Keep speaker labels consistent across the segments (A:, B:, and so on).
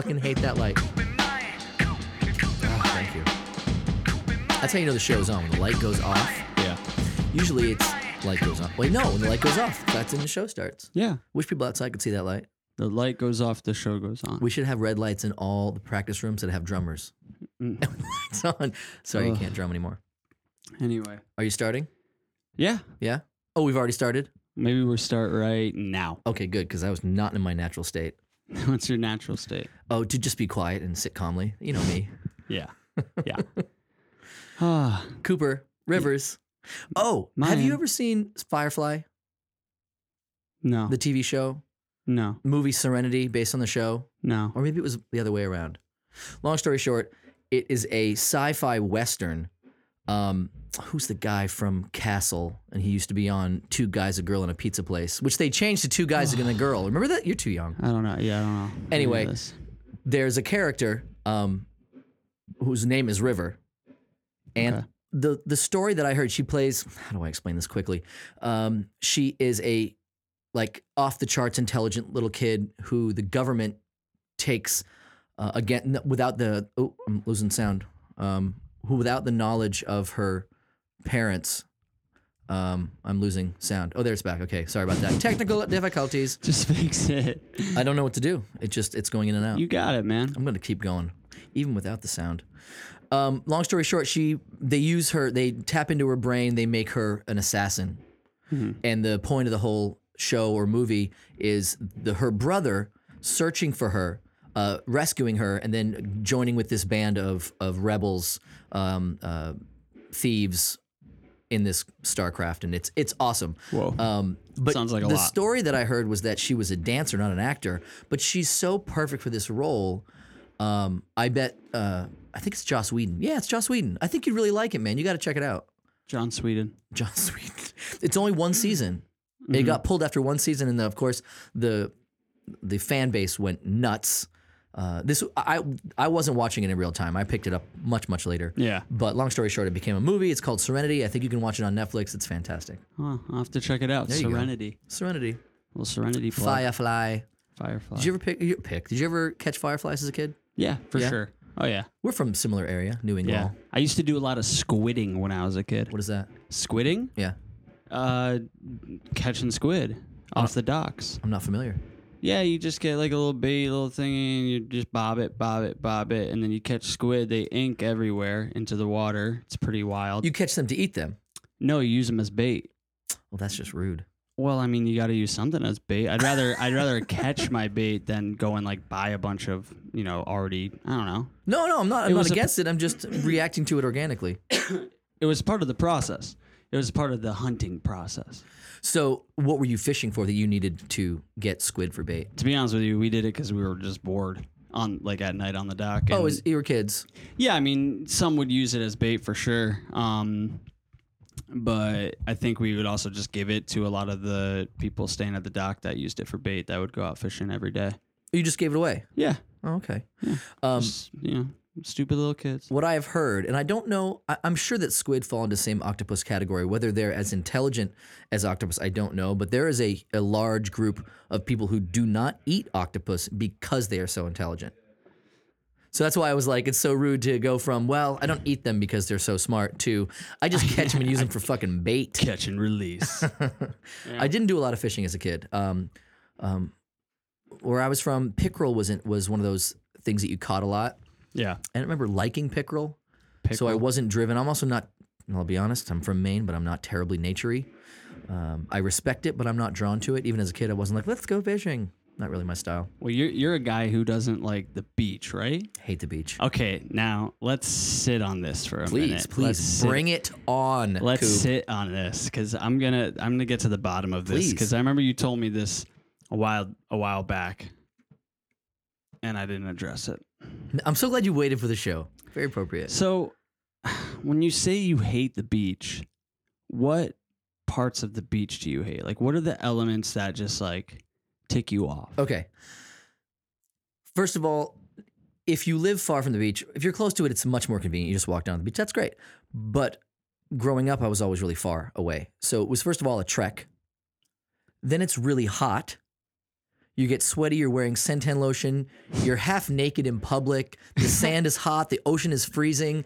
A: fucking hate that light.
B: Ah, thank you.
A: That's how you know the show's on. When the light goes off,
B: Yeah.
A: usually it's light goes off. Wait, no, when the light goes off, that's when the show starts.
C: Yeah.
A: Wish people outside could see that light.
C: The light goes off, the show goes on.
A: We should have red lights in all the practice rooms that have drummers.
C: Mm.
A: it's on. Sorry, you
C: Ugh.
A: can't drum anymore.
C: anyway.
A: Are you starting?
C: Yeah.
A: Yeah. Oh, we've already started.
C: Maybe we'll start right now.
A: Okay, good, because I was not in my natural state.
C: What's your natural state?
A: Oh, to just be quiet and sit calmly. You know me.
C: Yeah. Yeah. Ah,
A: Cooper Rivers. Oh, have you
C: Mine.
A: ever seen Firefly,
C: no.
A: the TV show?
C: no.
A: Movie Serenity, based on the show,
C: No.
A: or maybe it was the other way around. Long story short, it is a sci-fi western. Um, who's the guy from Castle? And he used to be on Two Guys, a Girl, and a Pizza Place, which they changed to Two Guys and a Girl. Remember that? You're too young.
C: I don't know. Yeah, I don't know. any of
A: Anyway.
C: this.
A: There's a character um, whose name is River, and
C: Okay.
A: the the story that I heard, she plays. How do I explain this quickly? Um, she is a like off the charts intelligent little kid who the government takes uh, again n- without the oh I'm losing sound um, who without the knowledge of her parents um, I'm losing sound oh there it's back okay sorry about that technical difficulties
C: Just fix it.
A: I don't know what to do it just it's going in and out
C: You got it, man.
A: I'm gonna keep going, even without the sound. Um, long story short, she they use her, they tap into her brain, they make her an assassin, and the point of the whole show or movie is the her brother searching for her, uh, rescuing her, and then joining with this band of of rebels, um, uh, thieves, in this StarCraft, and it's it's awesome.
C: Whoa.
A: Um, but
C: Sounds like a
A: the
C: lot.
A: story that I heard was that she was a dancer, not an actor, but she's so perfect for this role. Um, I bet. Uh, I think it's Joss Whedon. Yeah, it's Joss Whedon. I think you'd really like it, man. You got to check it out.
C: John Sweden.
A: Joss Whedon. It's only one season. It
C: Mm-hmm.
A: got pulled after one season, and then, of course the the fan base went nuts. Uh, this I I wasn't watching it in real time. I picked it up much much later.
C: Yeah.
A: But long story short, it became a movie. It's called Serenity. I think you can watch it on Netflix. It's fantastic.
C: Huh, I'll have to check it out.
A: you go.
C: Serenity.
A: Serenity.
C: Little Serenity plug.
A: Firefly.
C: Firefly.
A: Did you ever pick, you pick? Did you ever catch fireflies as a kid?
C: yeah, for
A: Yeah?
C: sure. Oh, yeah.
A: We're from similar area, New England.
C: Yeah. I used to do a lot of squidding when I was a kid.
A: What is that?
C: Squidding?
A: Yeah,
C: Uh, catching squid
A: Uh-huh.
C: off the docks.
A: I'm not familiar.
C: Yeah, you just get like a little bait, little thingy, and you just bob it, bob it, bob it, and then you catch squid. They ink everywhere into the water. It's pretty wild.
A: You catch them to eat them.
C: no, you use them as bait.
A: Well, that's just rude.
C: Well, I mean, you got to use something as bait. I'd rather I'd rather catch my bait than go and like buy a bunch of you know already. I don't know.
A: No, no, I'm not. I'm
C: It
A: not
C: was a-
A: against it. I'm just reacting to it organically.
C: It was part of the process. It was part of the hunting process.
A: So, what were you fishing for that you needed to get squid for bait?
C: To be honest with you, we did it because we were just bored on like at night on the dock.
A: Oh,
C: and-
A: is you were kids?
C: Yeah, I mean, some would use it as bait for sure. Um, but I think we would also just give it to a lot of the people staying at the dock that used it for bait that would go out fishing every day.
A: You just gave it away.
C: Yeah.
A: Oh, okay. Um,
C: just, you know, stupid little kids.
A: what I have heard, and I don't know, I, I'm sure that squid fall into the same octopus category. Whether they're as intelligent as octopus, I don't know, but there is a, a large group of people who do not eat octopus because they are so intelligent. So that's why I was like, it's so rude to go from, well, I don't eat them because they're so smart, to I just catch them and use them for fucking bait.
C: Catch and release.
A: I didn't do a lot of fishing as a kid. Um, um, where I was from, pickerel wasn't was one of those things that you caught a lot.
C: yeah.
A: I don't remember liking pickerel. So I
C: Pickerel.
A: wasn't driven. I'm also not. and I'll be honest. I'm from Maine, but I'm not terribly naturey. Um, I respect it, but I'm not drawn to it. Even as a kid, I wasn't like, let's go fishing. Not really my style.
C: Well, you're you're a guy who doesn't like the beach, right?
A: Hate the beach.
C: Okay, now let's sit on this for a
A: please,
C: minute.
A: please
C: Let's sit-
A: bring it on.
C: Let's
A: Coop.
C: sit on this because I'm gonna I'm gonna get to the bottom of this
A: Please.
C: because I remember you told me this a while a while back, and I didn't address it.
A: I'm so glad you waited for the show. Very appropriate.
C: So, when you say you hate the beach, what parts of the beach do you hate? Like, what are the elements that just like tick you off?
A: Okay. First of all, if you live far from the beach, if you're close to it, it's much more convenient. You just walk down to the beach. That's great. But growing up, I was always really far away. So it was, first of all, a trek. Then it's really hot. You get sweaty. You're wearing Sentan lotion. You're half naked in public. The sand is hot. The ocean is freezing.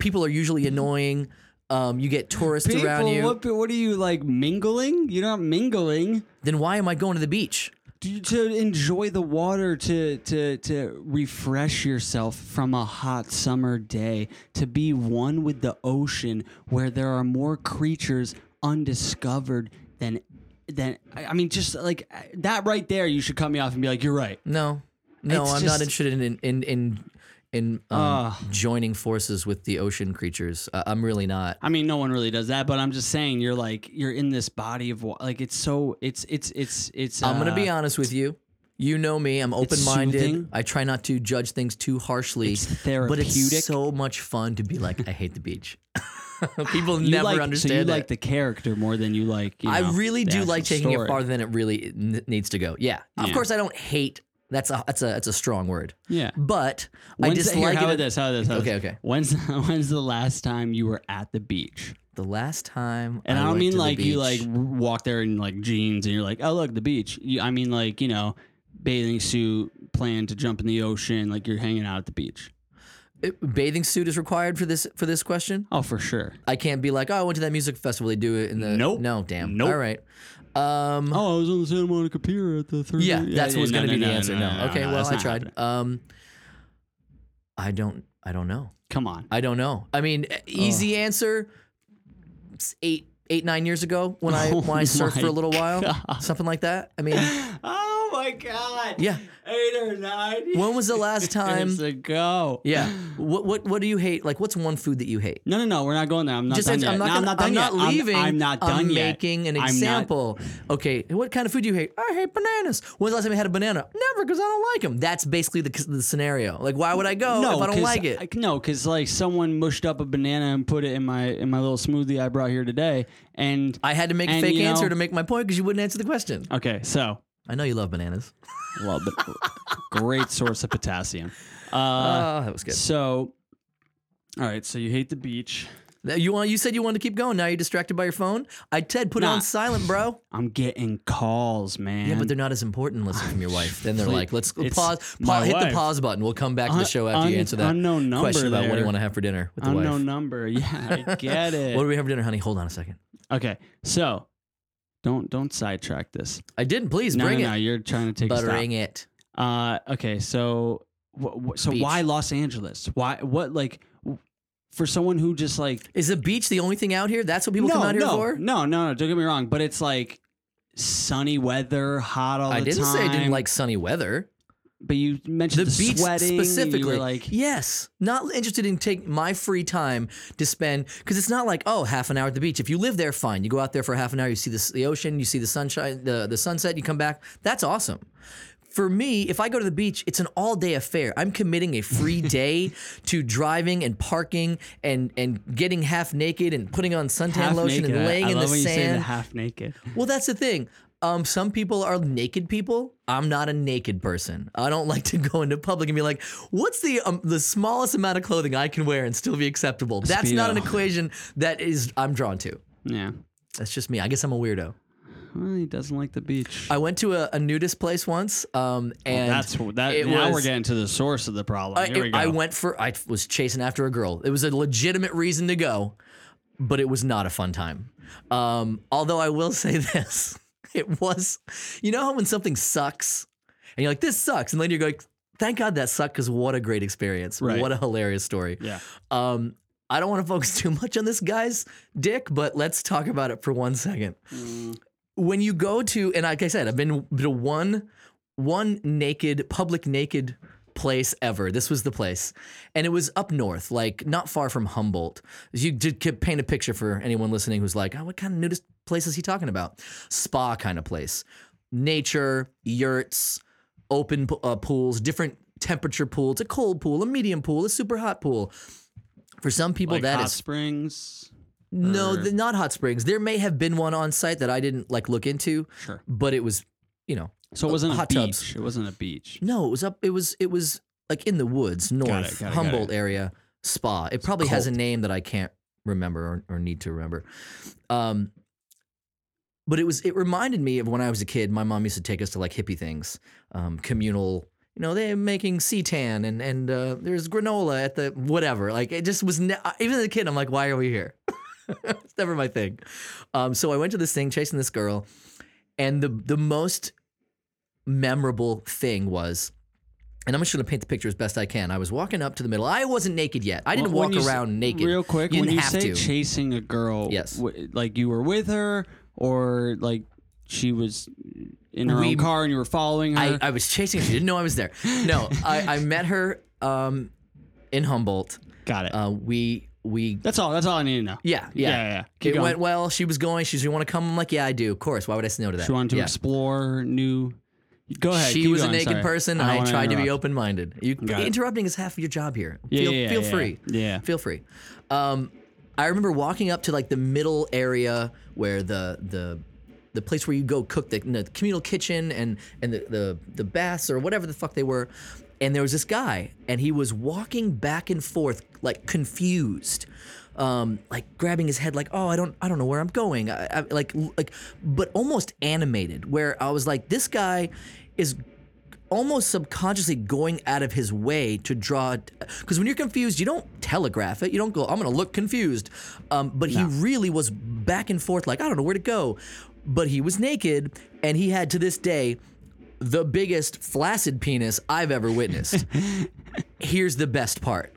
A: People are usually annoying. Um, you get tourists around
C: People,
A: you.
C: What, what are you like mingling? You're not mingling.
A: Then why am I going to the beach?
C: Do you- to enjoy the water, to to to refresh yourself from a hot summer day, to be one with the ocean, where there are more creatures undiscovered than than I I mean, just like that right there, you should cut me off and be like, "You're right."
A: No, no,
C: It's
A: I'm not
C: just-
A: interested in in in in, in um, joining forces with the ocean creatures. Uh, I'm really not.
C: I mean, no one really does that, but I'm just saying, you're like you're in this body of water. Like it's so it's it's it's it's.
A: I'm gonna
C: uh,
A: be honest with you. You know me. I'm open-minded.
C: soothing.
A: I try not to judge things too harshly.
C: It's
A: But it's
C: therapeutic.
A: so much fun to be like, I hate the beach. People
C: you
A: never
C: like,
A: understand
C: So you
A: that.
C: like the character more than you like. You
A: I
C: know,
A: really
C: the
A: do like
C: actual
A: taking it
C: story.
A: farther than it really n- needs to go. Yeah. Of
C: Yeah.
A: course, I don't hate. That's a that's a that's a strong word.
C: Yeah.
A: But I
C: When's the- here,
A: dislike
C: how
A: it.
C: about this? How about this? How about
A: Okay,
C: this?
A: okay.
C: When's when's the last time you were at the beach?
A: The last time,
C: And I, don't
A: went
C: mean
A: to the
C: like you like
A: beach-
C: w- walk there in like jeans and you're like, oh look, the beach. You, I mean like you know, bathing suit, plan to jump in the ocean, like you're hanging out at the beach.
A: It- bathing suit is required for this for this question.
C: Oh, for sure.
A: I can't be like, oh, I went to that music festival. They do it in the
C: Nope.
A: No, damn.
C: Nope.
A: All right. Um,
C: Oh, I was on the Santa Monica Pier at the third.
A: Yeah, that's what's going to be the answer. No, okay. well,
C: that's
A: I
C: not
A: tried.
C: happening.
A: Um, I don't. I don't know.
C: Come on.
A: I don't know. I mean, e- easy answer. s- Eight, eight, nine years ago, when I
C: Oh
A: when I surfed for a
C: my
A: little while, something like that. I mean,
C: Oh my god.
A: Yeah.
C: Eight or nine.
A: when was the last time?
C: Years ago.
A: Yeah. What what what do you hate? Like, what's one food that you hate?
C: No, no, no. We're not going there. I'm not
A: Just
C: done
A: answer-
C: yet.
A: I'm not.
C: No,
A: gonna,
C: I'm not done yet.
A: leaving.
C: I'm, I'm not done
A: I'm
C: yet.
A: making an
C: I'm not-
A: example. Okay. What kind of food do you hate? I hate bananas. When's the last time you had a banana? Never, because I don't like them. That's basically the, the scenario. Like, why would I go
C: no,
A: if I don't
C: 'cause
A: like it?
C: I- no, because like someone mushed up a banana and put it in my in my little smoothie I brought here today. And
A: I had to make a
C: And,
A: fake
C: you know-
A: answer to make my point because you wouldn't answer the question.
C: okay, so
A: I know you love bananas.
C: well, but great source of potassium. Uh,
A: Oh, that was good.
C: so, all right. So you hate the beach.
A: That- You want? You said you wanted to keep going. Now you're distracted by your phone. I said put it
C: Nah.
A: on silent, bro.
C: I'm getting calls, man.
A: Yeah, but they're not as important listening from your wife. Then they're like, let's pause,
C: It's
A: pause
C: my
A: hit the
C: wife.
A: pause button. We'll come back to the
C: Un-
A: show after you
C: un-
A: answer that
C: unknown number
A: question about what do you
C: there.
A: want to have for dinner with the wife.
C: unknown number. Yeah, I get it.
A: What do we have for dinner, honey? Hold on a second.
C: okay, so don't don't sidetrack this.
A: I didn't. Please
C: no,
A: bring
C: no, no,
A: it.
C: you're trying to take us out.
A: Buttering it.
C: Uh, okay, so wh- wh- so
A: Beach.
C: why Los Angeles? Why what like w- for someone who just like
A: Is the beach the only thing out here? That's what people
C: no
A: come out here
C: no,
A: for.
C: no no no don't get me wrong, but it's like sunny weather, hot all
A: I
C: the
A: didn't
C: time.
A: say I didn't like sunny weather.
C: but you mentioned
A: the,
C: the,
A: beach
C: sweating, and
A: specifically.
C: You were like
A: yes, not interested in taking my free time to spend because it's not like oh half an hour at the beach. If you live there, fine. You go out there for half an hour. You see the, the ocean. You see the sunshine, the the sunset. You come back. That's awesome. For me, if I go to the beach, it's an all day affair. I'm committing a free day to driving and parking and and getting half naked and putting on suntan
C: half
A: lotion
C: naked. I-
A: and laying
C: I
A: in
C: love
A: the
C: when You say the
A: sand.
C: half naked.
A: Well, that's the thing. Um, some people are naked people. I'm not a naked person. I don't like to go into public and be like, "What's the um, the smallest amount of clothing I can wear and still be acceptable?" That's not an
C: Speedo.
A: equation that is I'm drawn to.
C: Yeah,
A: That's just me. I guess I'm a weirdo.
C: well, he doesn't like the beach.
A: I went to a, a nudist place once, um, and
C: that's that.
A: it
C: Now
A: was-
C: we're getting to the source of the problem. Here we
A: I,
C: go.
A: I went for I was chasing after a girl. It was a legitimate reason to go, but it was not a fun time. Um, although I will say this, it was. You know how when something sucks, and you're like, "This sucks," and later you're like, "Thank God that sucked," because what a great experience!
C: Right.
A: What a hilarious story!
C: yeah.
A: Um, I don't want to focus too much on this guy's dick, but let's talk about it for one second.
C: Mm,
A: When you go to, and like I said, I've been to one, one naked, public naked place ever. This was the place, and it was up north, like not far from Humboldt. You did could paint a picture for anyone listening who's like, oh, what kind of nudist place is he talking about? Spa kind of place, nature, yurts, open po- uh, pools, different temperature pools, a cold pool, a medium pool, a super hot pool. For some people,
C: Like
A: that
C: hot
A: is
C: springs.
A: no,
C: or-
A: the, not hot springs. There may have been one on site that I didn't like look into,
C: Sure.
A: but it was, you know,
C: So it wasn't
A: hot
C: a beach.
A: tubs.
C: It wasn't a beach.
A: no, it was up. It was it was like in the woods, north
C: it, got it, got
A: Humboldt area spa. It probably has a
C: cold.
A: name that I can't remember or, or need to remember. Um, but it was it reminded me of when I was a kid. My mom used to take us to like hippie things, um, communal. You know, they're making seitan and and uh, there's granola at the whatever. Like it just was ne- even as a kid, I'm like, why are we here? it's never my thing. Um, so I went to this thing chasing this girl, and the the most memorable thing was. And I'm just going to paint the picture as best I can. I was walking up to the middle. I wasn't naked yet. I didn't
C: Well, when
A: walk
C: you s-
A: around naked.
C: Real quick,
A: you
C: when
A: didn't
C: you
A: have
C: say
A: to.
C: chasing a girl,
A: Yes.
C: w- like you were with her, or like she was in her
A: We-
C: own car and you were following her.
A: I, uh, I was chasing her. She didn't know I was there. No, I, I met her um, in Humboldt.
C: Got it.
A: Uh, we we
C: that's all. That's all I need to know.
A: yeah yeah.
C: yeah, yeah. yeah. Keep
A: It
C: going.
A: went well. She was going. She said, "You want to come?" I'm like, "Yeah, I do. Of course. Why would I say no to that?"
C: she wanted to
A: yeah.
C: explore new. Go ahead.
A: She
C: keep
A: was
C: going,
A: a naked
C: sorry.
A: person.
C: I don't
A: I,
C: wanna
A: tried to be
C: interrupt.
A: open minded. You
C: Got it.
A: interrupting is half of your job here.
C: Yeah,
A: feel
C: yeah,
A: feel
C: yeah,
A: free.
C: yeah.
A: Feel free. Um, I remember walking up to like the middle area where the the the place where you go cook the, the communal kitchen and and the, the the baths or whatever the fuck they were, and there was this guy and he was walking back and forth like confused. Um, like grabbing his head, like, oh, I don't, I don't know where I'm going, I, I, like, like, but almost animated. Where I was like, this guy is almost subconsciously going out of his way to draw because when you're confused you don't telegraph it you don't go i'm gonna look confused um, but he really was back and forth like i don't know where to go but he was naked and he had to this day the biggest flaccid penis i've ever witnessed here's the best part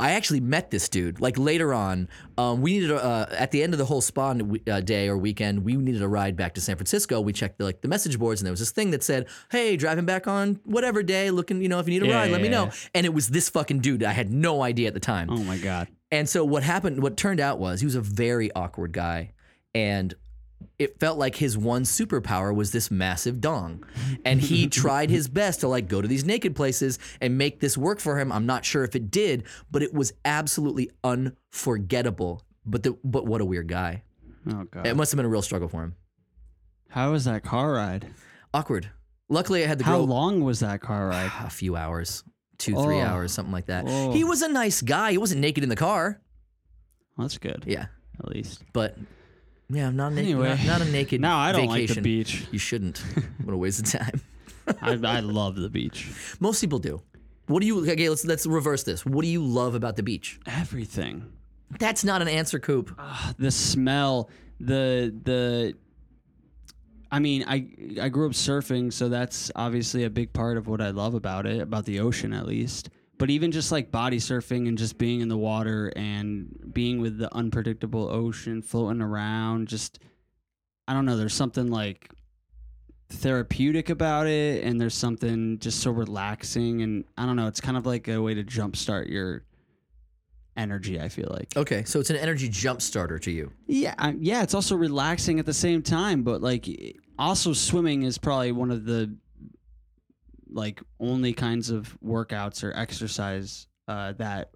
A: I actually met this dude like later on. Um, we needed a, uh, at the end of the whole spa n- uh, day or weekend, we needed a ride back to San Francisco. We checked the, like the message boards, and there was this thing that said, "Hey, driving back on whatever day, looking, you know, if you need a
C: Yeah,
A: ride, let me
C: yeah,
A: know."
C: yeah.
A: And it was this fucking dude. I had no idea at the time.
C: Oh my god.
A: And so what happened, what turned out was he was a very awkward guy. And it felt like his one superpower was this massive dong. And he tried his best to like go to these naked places and make this work for him. I'm not sure if it did, but it was absolutely unforgettable. But the, but what a weird guy.
C: Oh god.
A: It must have been a real struggle for him.
C: How was that car ride?
A: Awkward. Luckily I had the
C: How
A: girl
C: long was that car ride?
A: a few hours, two, three
C: Oh.
A: hours, something like that.
C: Oh.
A: He was a nice guy. He wasn't naked in the car.
C: Well, that's good.
A: Yeah.
C: At least.
A: But yeah, not, na-
C: Anyway.
A: not, not a naked
C: No, I don't like the
A: vacation.
C: beach.
A: You shouldn't. What a waste of time.
C: I, I love the beach.
A: Most people do. What do you? Okay, let's let's reverse this. What do you love about the beach?
C: Everything.
A: That's not an answer, Coop.
C: the smell, the the. I mean, I I grew up surfing, so that's obviously a big part of what I love about it, about the ocean at least. But even just like body surfing and just being in the water and being with the unpredictable ocean, floating around, just I don't know. There's something like therapeutic about it, and there's something just so relaxing, and I don't know. It's kind of like a way to jumpstart your energy. I feel like.
A: Okay, so it's an energy jump starter to you.
C: Yeah, I, yeah, it's also relaxing at the same time, but like i- also swimming is probably one of the like only kinds of workouts or exercise uh, that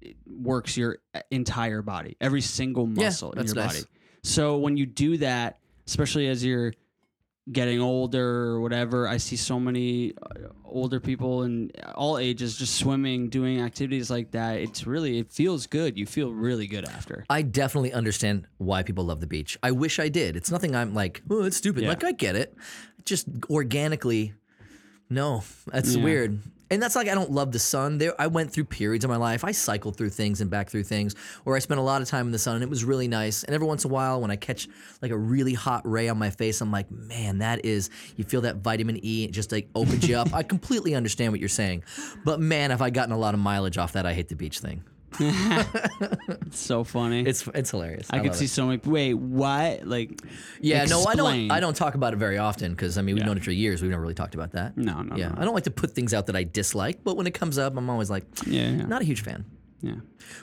C: it works your entire body, every single
A: Yeah,
C: muscle in
A: that's
C: your
A: nice.
C: body. So when you do that, especially as you're getting older or whatever, I see so many uh, older people and all ages just swimming, doing activities like that. It's really it feels good. You feel really good after.
A: I definitely understand why people love the beach. I wish I did. It's nothing I'm like, oh, it's stupid.
C: Yeah.
A: Like I get it. Just organically, no, that's
C: Yeah.
A: weird. And that's like I don't love the sun. There, I went through periods of my life. I cycled through things and back through things, where I spent a lot of time in the sun. and It was really nice. And every once in a while, when I catch like a really hot ray on my face, I'm like, man, that is. You feel that vitamin E, it just like opens you up. I completely understand what you're saying, but man, have I gotten a lot of mileage off that? I hate the beach thing.
C: It's so funny.
A: It's it's hilarious.
C: I, could
A: love
C: see
A: it.
C: so many. Wait, what? Like,
A: Yeah, no, I
C: explain.
A: don't. I don't talk about it very often because I mean we've known it for years. We've never really talked about that.
C: No, no,
A: Yeah,
C: no.
A: I don't like to put things out that I dislike, but when it comes up, I'm always like,
C: Yeah, yeah.
A: not a huge fan,
C: yeah,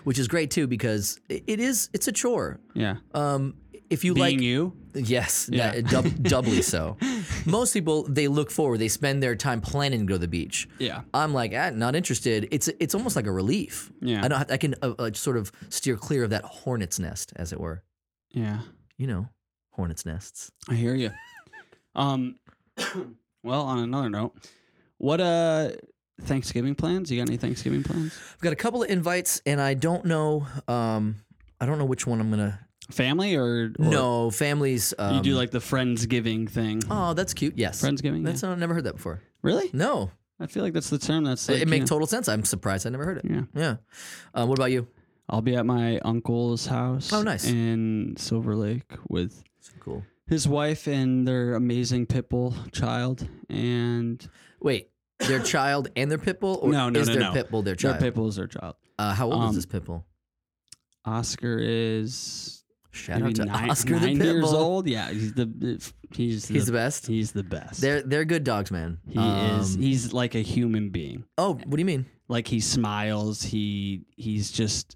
A: which is great too because it, it is it's a chore.
C: yeah.
A: Um, if you
C: Being
A: like,
C: you,
A: yes,
C: Yeah.
A: that- dub, doubly so. Most people they look forward, they spend their time planning to go to the beach.
C: yeah,
A: I'm like, ah, not interested. It's it's almost like a relief.
C: Yeah.
A: I don't. Have, I can uh, uh, sort of steer clear of that hornet's nest, as it were.
C: yeah.
A: You know, hornet's nests.
C: I hear you. Um, well, on another note, what uh, Thanksgiving plans? You got any Thanksgiving plans?
A: I've got a couple of invites, and I don't know. Um, I don't know which one I'm gonna
C: Family or, or
A: no, families. Um,
C: You do like the friendsgiving thing.
A: Oh, that's cute. Yes.
C: Friendsgiving.
A: That's
C: yeah.
A: I've never heard that before.
C: really?
A: No,
C: I feel like that's the term. That's like,
A: it
C: you
A: makes
C: know,
A: total sense. I'm surprised I never heard it.
C: Yeah.
A: Yeah. Um, what about you?
C: I'll be at my uncle's house.
A: Oh, nice.
C: In Silver Lake with
A: Cool.
C: his wife and their amazing pit bull child, and
A: Wait, their child and their pit bull, or
C: No, no,
A: is
C: no,
A: their
C: no.
A: pit bull their
C: their
A: child?
C: pit bull is their child.
A: uh, how old
C: um,
A: is this pit bull?
C: Oscar is
A: Shout out
C: maybe
A: to
C: nine,
A: Oscar
C: nine
A: the pit
C: years
A: bull.
C: old. Yeah, he's the he's
A: He's the,
C: the,
A: best.
C: he's the best.
A: They're they're good dogs, man.
C: he is
A: Um,
C: he's like a human being.
A: oh, what do you mean?
C: like he smiles he he's just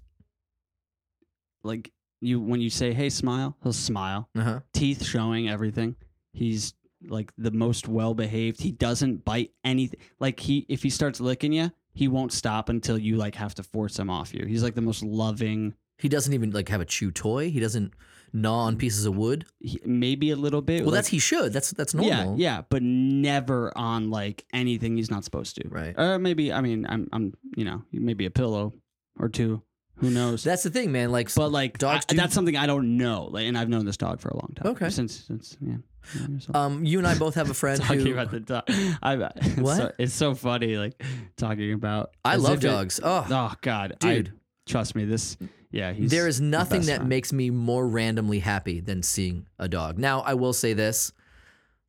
C: like you when you say hey smile he'll smile
A: Uh huh.
C: teeth showing everything he's like the most well behaved he doesn't bite anything like he if he starts licking you he won't stop until you like have to force him off you he's like the most loving
A: He doesn't even like have a chew toy. He doesn't gnaw on pieces of wood.
C: he- maybe a little bit
A: Well,
C: like-
A: that's he should. That's that's normal.
C: yeah yeah but never on like anything he's not supposed to
A: Right.
C: or maybe i mean i'm i'm you know maybe a pillow or two who knows
A: That's the thing, man. Like,
C: But like
A: Dogs
C: I-
A: do-
C: that's something I don't know, like, and I've known this dog for a long time.
A: Okay.
C: since since yeah. nine years old.
A: um, you and I both have a friend
C: talking
A: who
C: about the dog, I, it's
A: What?
C: So, it's so funny, like talking about.
A: I
C: as
A: love
C: if it-
A: dogs. oh,
C: oh God, I-
A: dude.
C: trust me, this. Yeah, he's
A: there is nothing
C: best
A: that
C: friend.
A: makes me more randomly happy than seeing a dog. Now, I will say this: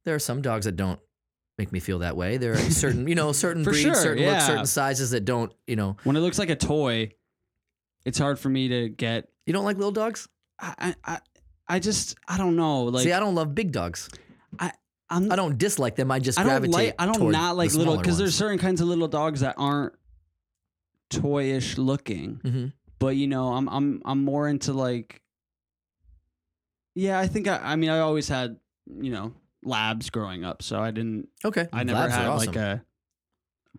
A: there are some dogs that don't make me feel that way. There are certain, you know, certain
C: For
A: breeds,
C: sure,
A: certain looks,
C: yeah.
A: certain sizes that don't. You know,
C: when it looks like a toy. It's hard for me to get.
A: you don't like little dogs.
C: I I I- I just I don't know. Like
A: See, I don't love big dogs.
C: I'm
A: I don't dislike them. I just
C: I don't
A: gravitate.
C: like I don't
A: toward
C: not like
A: the
C: little
A: smaller
C: because there's
A: ones.
C: certain kinds of little dogs that aren't toyish looking.
A: Mhm.
C: But you know, I'm I'm I'm more into like Yeah, I think I I mean I always had, you know, labs growing up, so I didn't
A: okay.
C: I never
A: Labs
C: had
A: are awesome.
C: like a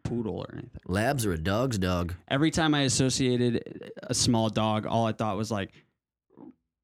C: poodle or anything.
A: labs are a dog's dog.
C: Every time I associated a small dog, all I thought was like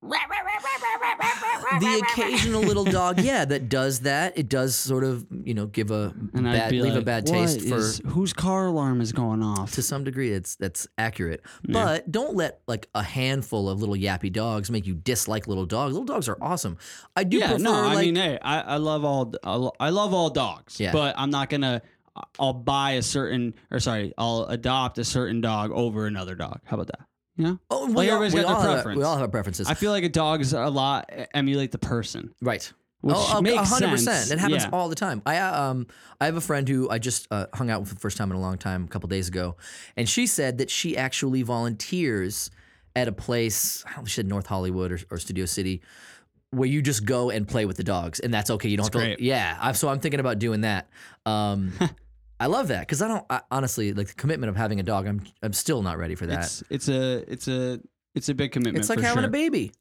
A: the occasional little dog, yeah, that does that. It does sort of, you know, give a
C: and I'd
A: bad,
C: be
A: leave
C: like,
A: a bad
C: "What
A: taste for
C: is- whose car alarm is going off.
A: to some degree. It's that's accurate,
C: Yeah.
A: but don't let like a handful of little yappy dogs make you dislike little dogs. Little dogs are awesome. I do
C: yeah,
A: prefer
C: no, I
A: like
C: mean, hey, I, I love all I lo- I love all dogs,
A: Yeah.
C: but I'm not gonna uh, I'll buy a certain or sorry, I'll adopt a certain dog over another dog. How about that? You know,
A: oh,
C: like,
A: we, all,
C: everybody's
A: we
C: got their
A: all have,
C: preference.
A: we all have our preferences,
C: I feel like a dog's a lot e, emulate the person,
A: right?
C: which
A: oh,
C: makes sense.
A: It happens
C: Yeah.
A: all the time. I uh, um I have a friend who I just uh, hung out with for the first time in a long time a couple days ago, and she said that she actually volunteers at a place. I don't know, she said North Hollywood or, or Studio City. Where you just go and play with the dogs, and that's okay. You don't
C: That's
A: have to.
C: great.
A: Yeah, i so I'm thinking about doing that. Um, I love that because I don't I, honestly like the commitment of having a dog. I'm I'm still not ready for that. It's,
C: It's it's a it's a it's a big commitment.
A: like
C: for
A: having a
C: sure.
A: baby,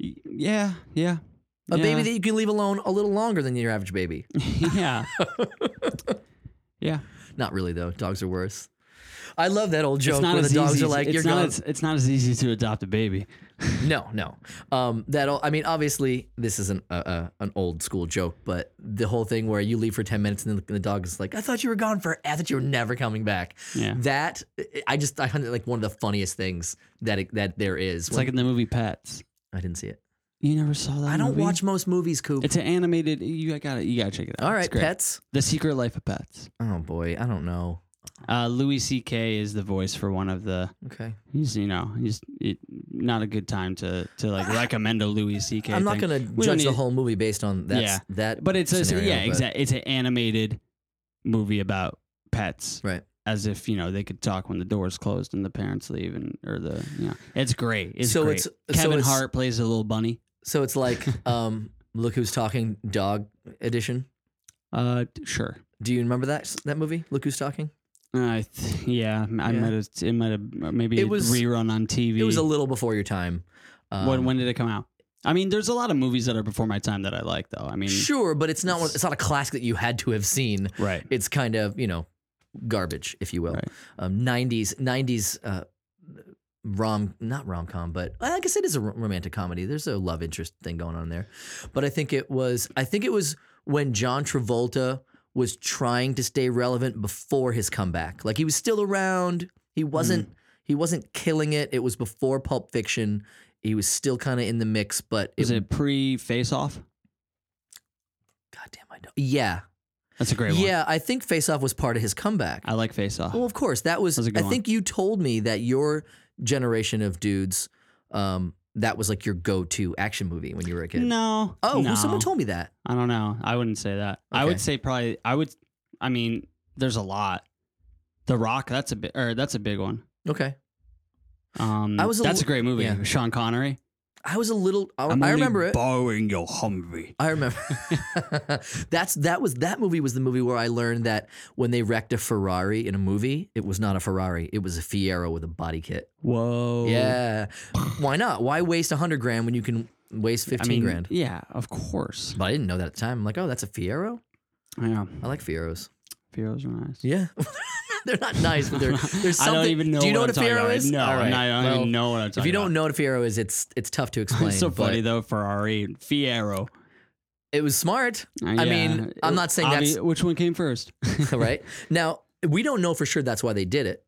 C: Y- Yeah, yeah,
A: a
C: yeah.
A: baby that you can leave alone a little longer than your average baby.
C: yeah, yeah.
A: Not really though. Dogs are worse. I love that old joke
C: it's not
A: where
C: as
A: the dogs
C: easy.
A: are like,
C: it's
A: "You're
C: not
A: gone."
C: As, it's not as easy to adopt a baby.
A: No, no. Um, that I mean, obviously, this isn't a, a, an old school joke, but the whole thing where you leave for ten minutes and then the dog is like, "I thought you were gone for. I thought you were never coming back."
C: Yeah.
A: That I just I found it like one of the funniest things that it, that there is.
C: It's
A: When-
C: like in the movie Pets.
A: I didn't see it.
C: You never saw that?
A: I don't
C: movie?
A: watch most movies, Coop.
C: It's an animated. You gotta you gotta check it out.
A: All
C: It's
A: right,
C: great.
A: pets.
C: The Secret Life of Pets.
A: Oh boy, I don't know.
C: Uh, Louis C.K. is the voice for one of the.
A: Okay,
C: He's you know he's it, not a good time to to like recommend a Louis C.K.
A: I'm not
C: thing.
A: gonna
C: We don't
A: judge the
C: need-
A: whole movie based on that.
C: Yeah.
A: that.
C: But it's a
A: scenario,
C: yeah
A: but-
C: exactly. It's an animated movie about pets.
A: Right.
C: As if you know they could talk when the door's closed and the parents leave and or the you know it's great. It's
A: So
C: great.
A: it's- so
C: Kevin
A: it's-
C: Hart plays a little bunny.
A: So it's like, um, look who's talking, dog edition.
C: Uh, d- sure.
A: Do you remember that that movie? Look who's talking.
C: I th- Uh, yeah, I
A: Yeah.
C: might have. It might have maybe
A: It
C: it
A: was-
C: was rerun on TV.
A: It was a little before your time. Um,
C: when when did it come out? I mean, there's a lot of movies that are before my time that I like, though. I mean,
A: sure, but it's not one, it's not a classic that you had to have seen.
C: right?
A: It's kind of you know garbage, if you will.
C: Right.
A: Um, 90s 90s uh, rom not rom com, but I guess it is a ro- romantic comedy. There's a love interest thing going on there, but I think it was I think it was when John Travolta was trying to stay relevant before his comeback. Like he
C: Hmm.
A: was still around. He wasn't he wasn't killing it. It was before Pulp Fiction. He was still kind of in the mix, but
C: Is it pre Face Off?
A: Goddamn, I don't. Yeah,
C: That's a great one.
A: yeah. I think Face Off was part of his comeback.
C: I like Face Off.
A: Well, of course, that was.
C: Ah. That was a
A: I
C: good one.
A: think you told me that your generation of dudes, um, that was like your go-to action movie when you were a kid.
C: No.
A: Oh,
C: no.
A: well, someone told me that.
C: I don't know. I wouldn't say that. I
A: Okay.
C: would say probably. I would. I mean, there's a lot. The Rock. That's a bit. Or that's a big one.
A: Okay,
C: Um,
A: I was a
C: that's
A: li-
C: a great movie.
A: yeah.
C: Sean Connery.
A: I was a little. I,
C: I'm
A: I
C: only
A: remember it.
C: Borrowing your Humvee.
A: I remember. That's that was that movie was the movie where I learned that when they wrecked a Ferrari in a movie, it was not a Ferrari, it was a Fiero with a body kit.
C: Whoa.
A: Yeah, why not? Why waste hundred grand when you can waste
C: I
A: fifteen
C: mean,
A: grand?
C: yeah, of course.
A: But I didn't know that at the time. I'm like, oh, that's a Fiero.
C: Yeah,
A: I like Fieros.
C: Fieros are nice.
A: Yeah, they're not nice, but they're there's
C: I
A: something.
C: don't even know.
A: Do you know
C: what,
A: what,
C: I'm
A: a
C: talking
A: Fiero
C: about.
A: is?
C: No,
A: All right,
C: I'm not, I don't
A: well,
C: even know what I'm talking
A: If you don't
C: about.
A: know what a Fiero is, it's it's tough to explain.
C: it's so funny
A: but
C: though. Ferrari, Fiero.
A: It was smart.
C: Uh,
A: I mean,
C: yeah.
A: I'm not saying
C: Obvi- which one came first.
A: right now. We don't know for sure that's why they did it.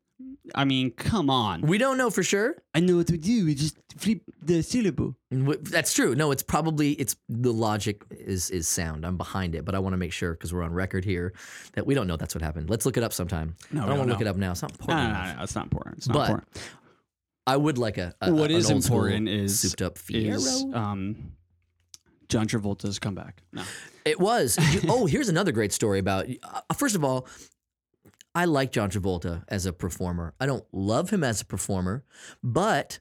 C: I mean, come on.
A: We don't know for sure.
C: I know what we do. We just flip the syllable.
A: Wh- That's true. No, it's probably it's the logic is is sound. I'm behind it, but I want to make sure because we're on record here that we don't know that's what happened. Let's look it up sometime.
C: No,
A: I
C: Oh,
A: don't
C: we don't
A: want to look
C: know.
A: it up now. It's not
C: No,
A: important.
C: no, no, no, it's not important. It's not
A: But
C: important.
A: I would like a, a
C: What
A: a-
C: is
A: an old school
C: important is-
A: souped up
C: Is
A: Fiero.
C: um, John Travolta's comeback? No.
A: It was. You- oh, here's another great story about. Uh, first of all, I like John Travolta as a performer. I don't love him as a performer, but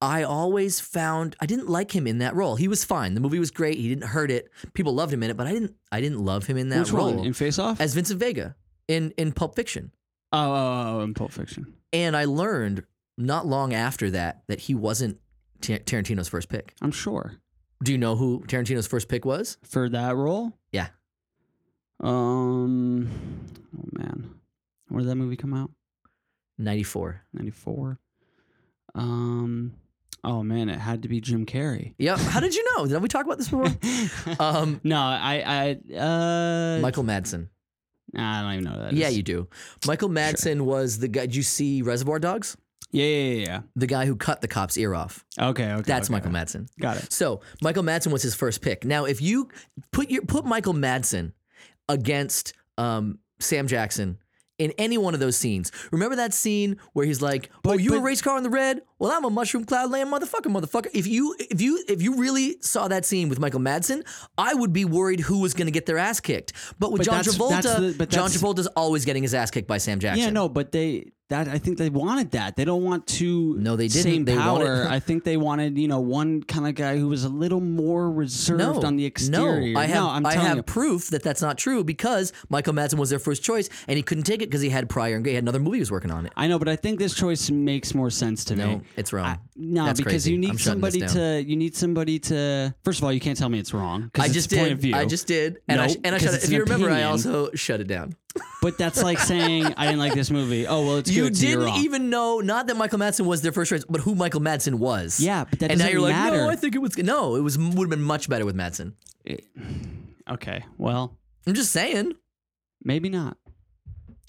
A: I always found I didn't like him in that role. He was fine. The movie was great. He didn't hurt it. People loved him in it, but I didn't. I didn't love him in that
C: Which
A: role.
C: one? In Face Off?
A: as Vincent Vega in in Pulp Fiction.
C: oh, oh, oh, in Pulp Fiction.
A: And I learned not long after that that he wasn't Ta- Tarantino's first pick.
C: I'm sure.
A: Do you know who Tarantino's first pick was?
C: for that role?
A: Yeah.
C: Um. Oh man, where did that movie come out?
A: 94.
C: Ninety four. Um. Oh man, it had to be Jim Carrey.
A: Yeah, how did you know? Did we talk about this before? Um
C: no, I, I, uh,
A: Michael Madsen.
C: nah, I don't even know who that.
A: Yeah,
C: is.
A: you do. Michael Madsen was the guy. Did you see Reservoir Dogs?
C: yeah, yeah, yeah,
A: The guy who cut the cop's ear off.
C: yeah. Okay, okay.
A: That's
C: okay.
A: Michael Madsen.
C: Got it.
A: So Michael Madsen was his first pick. Now, if you put your put Michael Madsen against um, Sam Jackson in any one of those scenes, remember that scene where he's like, "Oh,
C: But-
A: you a
C: but-
A: race car in the red? Well, I'm a mushroom cloud laying motherfucker, motherfucker." If you if you if you really saw that scene with Michael Madsen, I would be worried who was going to get their ass kicked. But with
C: But
A: John
C: that's-
A: Travolta,
C: that's the- but
A: John
C: that's-
A: Travolta's always getting his ass kicked by Sam Jackson.
C: Yeah, no, but they that I think they wanted that. They don't want to.
A: No, they didn't.
C: Same
A: They wanted-
C: power. I think they wanted you know one kind of guy who was a little more reserved
A: No,
C: on the exterior.
A: No, I have,
C: I'm
A: I
C: telling
A: have
C: you.
A: proof that that's not true because Michael Madsen was their first choice and he couldn't take it because he had prior and he had another movie he was working on it.
C: I know, but I think this choice makes more sense to
A: No,
C: me.
A: it's wrong.
C: No,
A: That's
C: because
A: crazy.
C: you
A: I'm
C: need
A: shutting this
C: somebody
A: down.
C: to you need somebody to. First of all, you can't tell me it's wrong. 'cause
A: I
C: it's
A: just
C: a Point of
A: did.
C: view.
A: I just did. And I
C: No,
A: sh- and I
C: because
A: shut it.
C: it's
A: If
C: an
A: you remember, I
C: opinion.
A: also shut it down.
C: But that's like saying I didn't like this movie. Oh well, it's
A: you
C: good. so you're
A: didn't
C: wrong.
A: even know not that Michael Madsen was their first choice, but who Michael Madsen was.
C: Yeah, but that
A: and now
C: doesn't
A: you're like,
C: matter.
A: no, I think it was no, it was would have been much better with Madsen.
C: okay, well,
A: I'm just saying.
C: maybe not.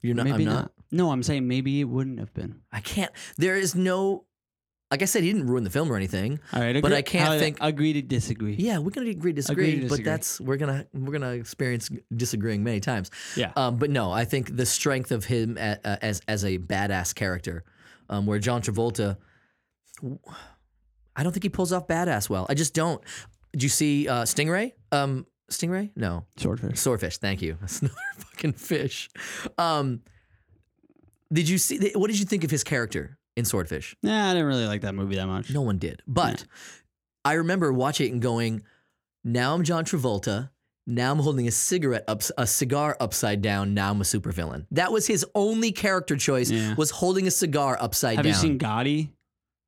A: You're not.
C: maybe
A: I'm not.
C: not. No, I'm saying maybe it wouldn't have been.
A: I can't. There is no. Like I said, he didn't ruin the film or anything.
C: All right,
A: But
C: agree-
A: I can't
C: uh,
A: think-
C: Agree to disagree.
A: Yeah, we're gonna agree disagree,
C: Agree
A: but
C: to disagree.
A: that's we're gonna we're gonna experience disagreeing many times.
C: Yeah.
A: Um, but no, I think the strength of him a, a, as as a badass character, um, where John Travolta, I don't think he pulls off badass well. I just don't. Did you see uh, Stingray? Um, Stingray? No,
C: Swordfish.
A: swordfish. Thank you. That's another fucking fish. Um, did you see? What did you think of his character in Swordfish?
C: Nah, I didn't really like that movie that much.
A: No one did. But I remember watching it and going, now I'm John Travolta. Now I'm holding a cigarette up, a cigar upside down. Now I'm a supervillain. That was his only character choice
C: Yeah.
A: was holding a cigar upside
C: Have
A: down.
C: you seen Gotti?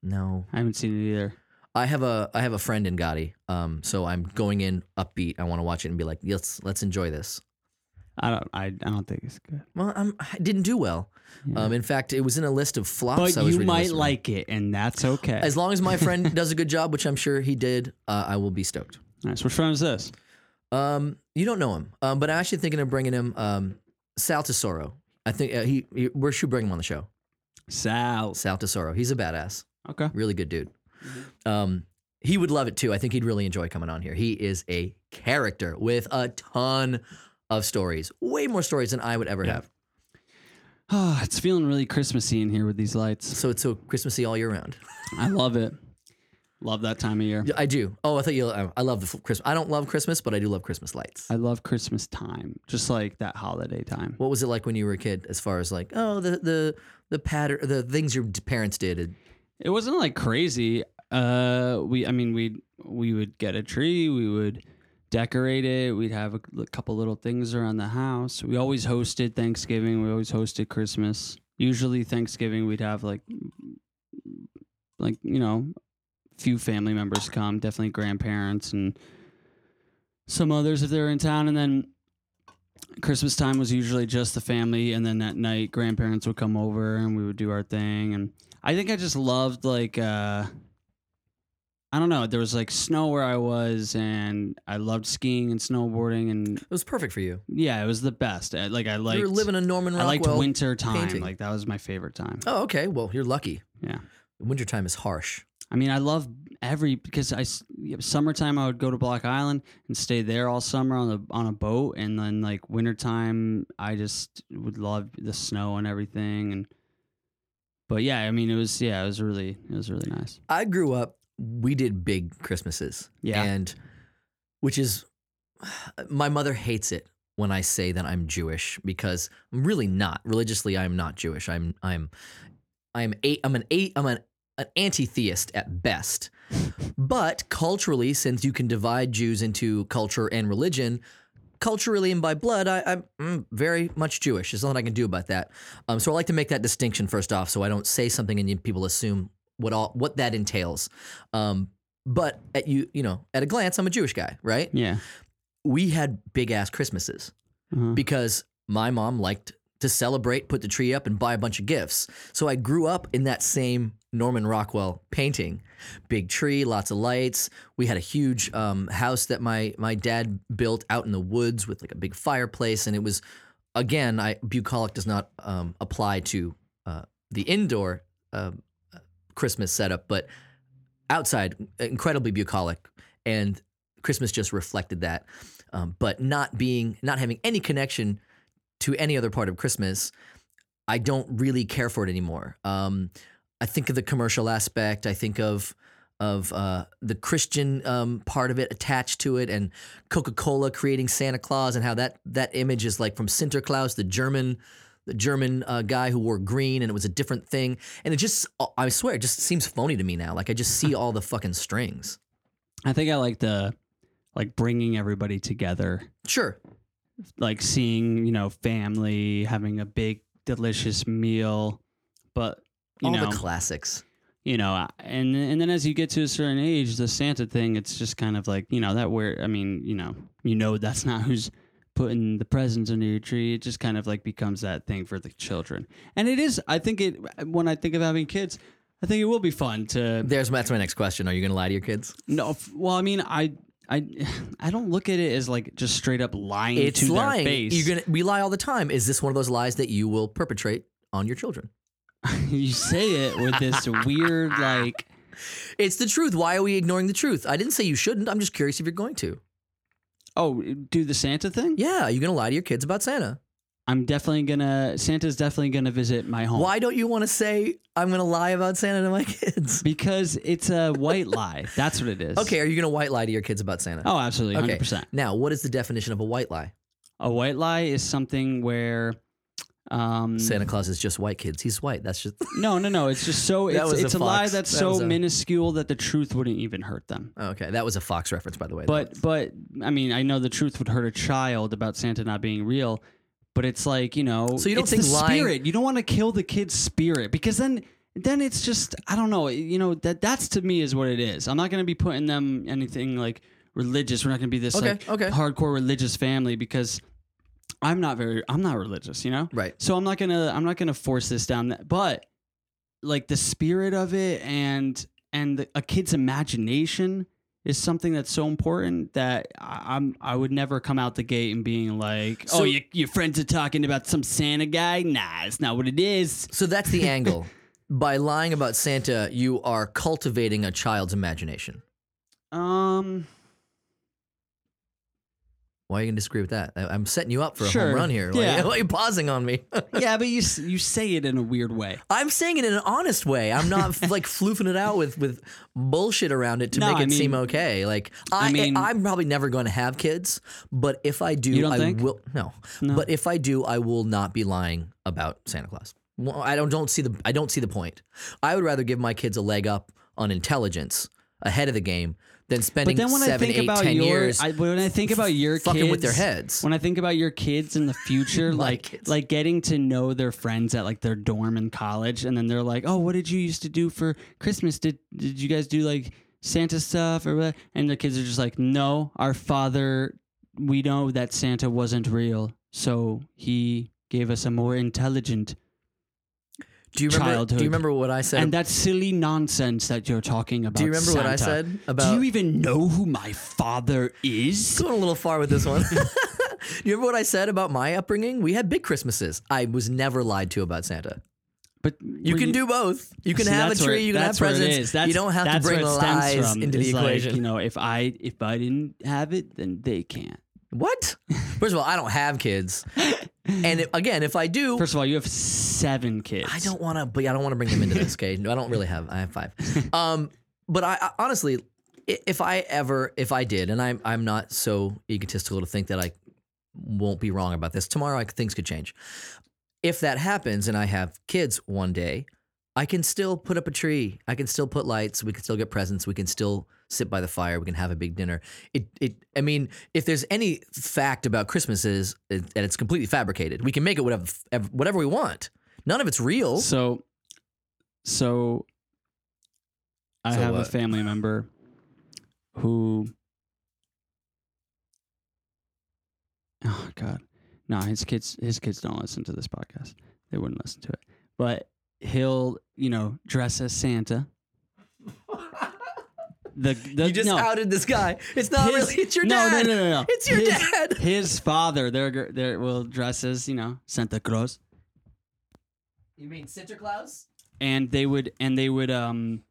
A: No,
C: I haven't seen it either.
A: I have a I have a friend in Gotti. Um, so I'm going in upbeat. I want to watch it and be like, let's let's enjoy this.
C: I don't. I, I don't think it's good.
A: Well, I'm, I didn't do well. Um, in fact, it was in a list of flops. I
C: But
A: was
C: you
A: reading
C: might
A: this morning.
C: like it, and that's okay.
A: As long as my friend does a good job, which I'm sure he did, uh, I will be stoked.
C: nice. Which one is this?
A: Um, you don't know him, um, but I'm actually thinking of bringing him um, Sal Tesoro. I think uh, he, he we should bring him on the show.
C: Sal.
A: Sal Tesoro, he's a badass,
C: Okay.
A: really good dude. Um, He would love it too. I think he'd really enjoy coming on here. He is a character with a ton of stories, way more stories than I would ever have.
C: Ah, it's feeling really Christmassy in here with these lights.
A: So it's so Christmassy all year round.
C: I love it. Love that time of year.
A: Yeah, I do. Oh, I thought you. I love the Christmas. I don't love Christmas, but I do love Christmas lights.
C: I love Christmas time, just like that holiday time.
A: What was it like when you were a kid, as far as like oh the the the pattern the things your d- parents did? and-
C: It wasn't like crazy. Uh, we, I mean, we we would get a tree. We would decorate it. We'd have a l- couple little things around the house. We always hosted Thanksgiving. We always hosted Christmas. Usually Thanksgiving, we'd have like, like you know, few family members come. Definitely grandparents and some others if they're in town, and then. Christmas time was usually just the family, and then at night, grandparents would come over and we would do our thing. And I think I just loved like uh I don't know, there was like snow where I was and I loved skiing and snowboarding and
A: It was perfect for you.
C: yeah, it was the best. I, like I liked
A: you were living in Norman
C: I liked
A: Rockwell.
C: winter time.
A: painting.
C: Like that was my favorite time.
A: Oh, okay. Well, you're lucky.
C: Yeah.
A: Wintertime is harsh.
C: I mean, I love every because I s- yeah, summertime I would go to Block Island and stay there all summer on the on a boat, and then like wintertime I just would love the snow and everything. And but yeah, I mean, it was yeah, it was really it was really nice.
A: I grew up. We did big Christmases.
C: Yeah.
A: and which is my mother hates it when I say that I'm Jewish because I'm really not religiously. I'm not Jewish. I'm I'm I'm a I'm an a I'm an an anti-theist at best. But culturally, since you can divide Jews into culture and religion, culturally and by blood, I, I'm mm, very much Jewish. There's nothing I can do about that. Um, so I like to make that distinction first off, so I don't say something and you, people assume what all what that entails. Um, but at you you know at a glance, I'm a Jewish guy, right?
C: Yeah,
A: We had big ass Christmases
C: uh-huh.
A: because my mom liked to celebrate, put the tree up, and buy a bunch of gifts. So I grew up in that same Norman Rockwell painting. Big tree, lots of lights. We had a huge um, house that my my dad built out in the woods with like a big fireplace, and it was again, I bucolic does not um, apply to uh, the indoor um, Christmas setup, but outside, incredibly bucolic, and Christmas just reflected that. Um, but not being, not having any connection to any other part of Christmas, I don't really care for it anymore. Um, I think of the commercial aspect. I think of of uh, the Christian um, part of it attached to it, and Coca Cola creating Santa Claus, and how that that image is like from Sinterklaas, the German. The German uh, guy who wore green and it was a different thing, and it just—I swear—it just seems phony to me now. Like I just see all the fucking strings.
C: I think I like the like bringing everybody together,
A: Sure,
C: like seeing you know family having a big delicious meal, but you
A: all
C: know
A: the classics.
C: you know, I- and and then as you get to a certain age, the Santa thing, it's just kind of like you know that where I mean, you know, you know that's not who's putting the presents under your tree. It just kind of like becomes that thing for the children, and it is. I think it when I think of having kids, I think it will be fun to
A: There's my, that's my next question. Are you going to lie to your kids?
C: no. f- Well, I mean, I. I, I don't look at it as like just straight up lying to
A: lying.
C: their face.
A: You're gonna we lie all the time. Is this one of those lies that you will perpetrate on your children?
C: you say it with this weird like
A: It's the truth. Why are we ignoring the truth? I didn't say you shouldn't. I'm just curious if you're going to.
C: oh do the Santa thing.
A: Yeah, are you going to lie to your kids about Santa?
C: I'm definitely gonna Santa's definitely gonna visit my home.
A: Why don't you want to say I'm going to lie about Santa to my kids?
C: Because it's a white lie. That's what it is.
A: Okay, are you going to white lie to your kids about Santa?
C: Oh, absolutely.
A: Okay.
C: 100%.
A: Now, what is the definition of a white lie?
C: A white lie is something where. Um,
A: Santa Claus is just white kids. He's white. That's just
C: no, no, no. It's just so.
A: That
C: It's,
A: was a
C: it's a, lie
A: fox.
C: that's
A: That
C: so
A: was a-
C: minuscule that the truth wouldn't even hurt them.
A: okay. That was a Fox reference, by the way.
C: But, but I mean, I know the truth would hurt a child about Santa not being real, but it's like you know.
A: So you don't
C: it's
A: think
C: the
A: lying-
C: spirit? You don't want to kill the kid's spirit because then. Then it's just I don't know you know that that's to me is what it is. I'm not gonna be putting them anything like religious. We're not gonna be this
A: okay,
C: like
A: okay,
C: hardcore religious family because I'm not very I'm not religious, you know?
A: right.
C: So I'm not going to I'm not going to force this down that, but like the spirit of it and and the, a kid's imagination is something that's so important that I, I'm I would never come out the gate and being like,
A: So-
C: "Oh, your your friends are talking about some Santa guy." Nah, it's not what it is.
A: So that's the angle. By lying about Santa, you are cultivating a child's imagination.
C: Um,
A: Why are you gonna disagree with that? I- I'm setting you up for a
C: Sure.
A: home run here. Why, are
C: Yeah.
A: you, why are you pausing on me?
C: yeah, but you s- you say it in a weird way.
A: I'm saying it in an honest way. I'm not like floofing it out with with bullshit around it to
C: No,
A: make it
C: I mean-
A: seem okay. Like I,
C: I
A: I
C: mean-
A: am probably never going to have kids, but if I do,
C: You don't
A: I
C: think?
A: will. No.
C: No.
A: but if I do, I will not be lying about Santa Claus. Well, I don't don't see the I don't see the point. I would rather give my kids a leg up on intelligence ahead of the game than spending
C: But then when I
A: seven,
C: think
A: eight,
C: about
A: ten
C: your,
A: years
C: I, when I think about your
A: fucking
C: kids,
A: with their heads.
C: When I think about your kids in the future,
A: My
C: like
A: kids.
C: like getting to know their friends at like their dorm in college, and then they're like, "Oh, what did you used to do for Christmas? Did did you guys do like Santa stuff or what?" And the kids are just like, "No, our father. We know that Santa wasn't real, so he gave us a more intelligent."
A: Do you remember?
C: childhood.
A: Do you remember what I said?
C: and that silly nonsense that you're talking about.
A: do you remember what I
C: Santa.
A: said about?
C: Do you even know who my father is?
A: going a little far with this one. Do you remember what I said about my upbringing? We had big Christmases. I was never lied to about Santa.
C: But
A: You can do both. You can have a tree. you can have presents. you don't have to bring lies into the equation.
C: you know, if I if I didn't have it, then they can't.
A: What? First of all, I don't have kids, and if, again, if I do,
C: First of all, you have seven kids.
A: Oh. I don't want to. But I don't want to bring them into this. Okay, no, I don't really have. I have five. Um, but I, I honestly, i- if I ever, if I did, and I'm, I'm not so egotistical to think that I won't be wrong about this. Tomorrow, I, things could change. If that happens, and I have kids one day, I can still put up a tree. I can still put lights. We can still get presents. We can still sit by the fire. We can have a big dinner. It, it. I mean, if there's any fact about Christmas is it, and it's completely fabricated. We can make it whatever, whatever we want. None of it's real.
C: So, so I
A: So
C: have a
A: what?
C: family member who. Oh God, no! His kids, his kids don't listen to this podcast. They wouldn't listen to it. But he'll, you know, dress as Santa. The, the
A: you just
C: no,
A: outed this guy. It's not
C: His-
A: really. It's your
C: no,
A: dad.
C: No, no, no, no.
A: It's your
C: his,
A: dad.
C: His father, their gr- their will dress as you know Santa Claus,
A: You mean Santa Claus?
C: and they would and they would um,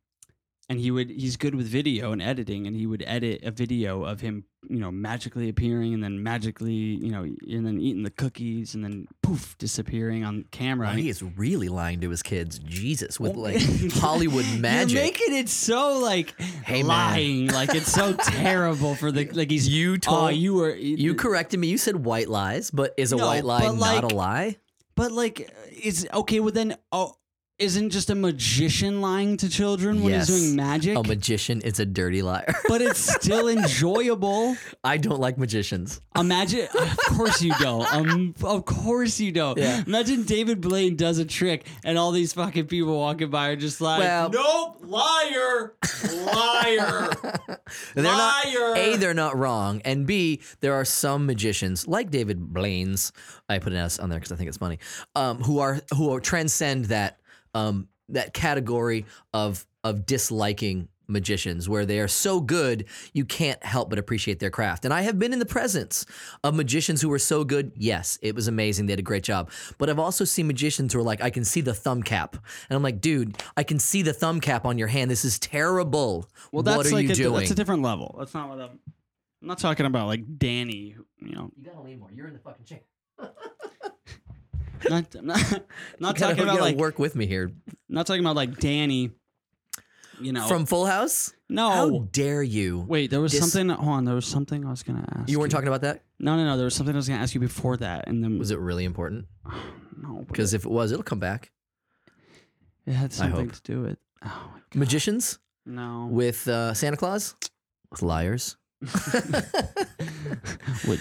C: and he would he's good with video and editing, and he would edit a video of him you know magically appearing and then magically you know and then eating the cookies and then poof disappearing on camera.
A: He is really lying to his kids. Jesus, with like Hollywood magic.
C: You're making it so like
A: Hey, man.
C: lying, like it's so terrible for the like he's
A: You
C: oh
A: told-
C: you were
A: you corrected me. You said white lies, but is a
C: No,
A: white lie
C: but,
A: not
C: like-
A: a lie?
C: But like, is okay. Well, then, oh, isn't just a magician lying to children when
A: Yes.
C: he's doing magic?
A: A magician is a dirty liar.
C: but it's still enjoyable.
A: I don't like magicians.
C: Imagine, of course you don't. Um, of course you don't.
A: Yeah.
C: Imagine David Blaine does a trick, and all these fucking people walking by are just like,
A: Well-
C: "Nope, liar, liar."
A: They're not
C: Liar.
A: A, they're not wrong, and B, there are some magicians like David Blaine's. I put an S on there because I think it's funny. Um, who are who are transcend that um, that category of of disliking magicians where they are so good you can't help but appreciate their craft and i have been in the presence of magicians who were so good yes it was amazing they did a great job but i've also seen magicians who are like i can see the thumb cap and i'm like dude i can see the thumb cap on your hand this is terrible
C: well, that's
A: what are
C: like
A: you
C: a,
A: doing
C: that's a different level. That's not what I'm. I'm not talking about like Danny. who, You know,
A: You gotta lean more. You're in the fucking chair.
C: not I'm not, not
A: Gotta,
C: talking
A: you
C: about
A: gotta
C: like
A: work with me here.
C: not talking about like Danny. You know,
A: From Full House?
C: no.
A: How dare you?
C: Oh. Wait, there was
A: dis-
C: something. Hold on, there was something I was gonna ask.
A: you weren't talking about that?
C: No, no, no. There was something I was gonna ask you before that, and then
A: Was it really important?
C: no but
A: Because if it was, it'll come back.
C: it had something
A: hope.
C: to do with. Oh my God.
A: Magicians
C: no,
A: with uh, Santa Claus? With liars?
C: with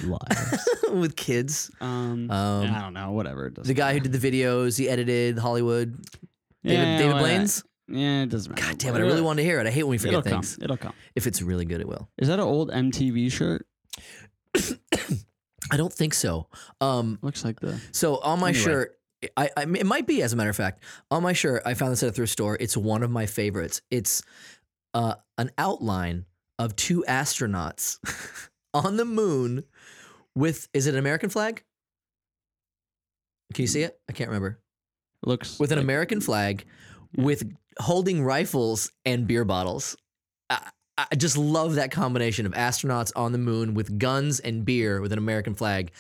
C: lies.
A: with kids?
C: um,
A: Um,
C: I don't know. Whatever. It doesn't
A: The guy who
C: matter.
A: did the videos, he edited Hollywood. David,
C: Yeah,
A: David
C: why not?
A: Blaine's?
C: Yeah, it doesn't matter.
A: God damn it, I really wanted to hear it. I hate when we forget
C: It'll
A: things.
C: come. It'll come.
A: If it's really good, it will.
C: Is that an old MTV shirt?
A: I don't think so. Um,
C: Looks like the.
A: So on my
C: Anyway.
A: shirt, I, I it might be as a matter of fact. On my shirt, I found this at a thrift store. It's one of my favorites. It's uh, an outline of two astronauts on the moon with is it an American flag? Can you see it? I can't remember.
C: Looks
A: With an
C: like-
A: American flag,
C: Yeah.
A: with holding rifles and beer bottles. I, I just love that combination of astronauts on the moon with guns and beer with an American flag.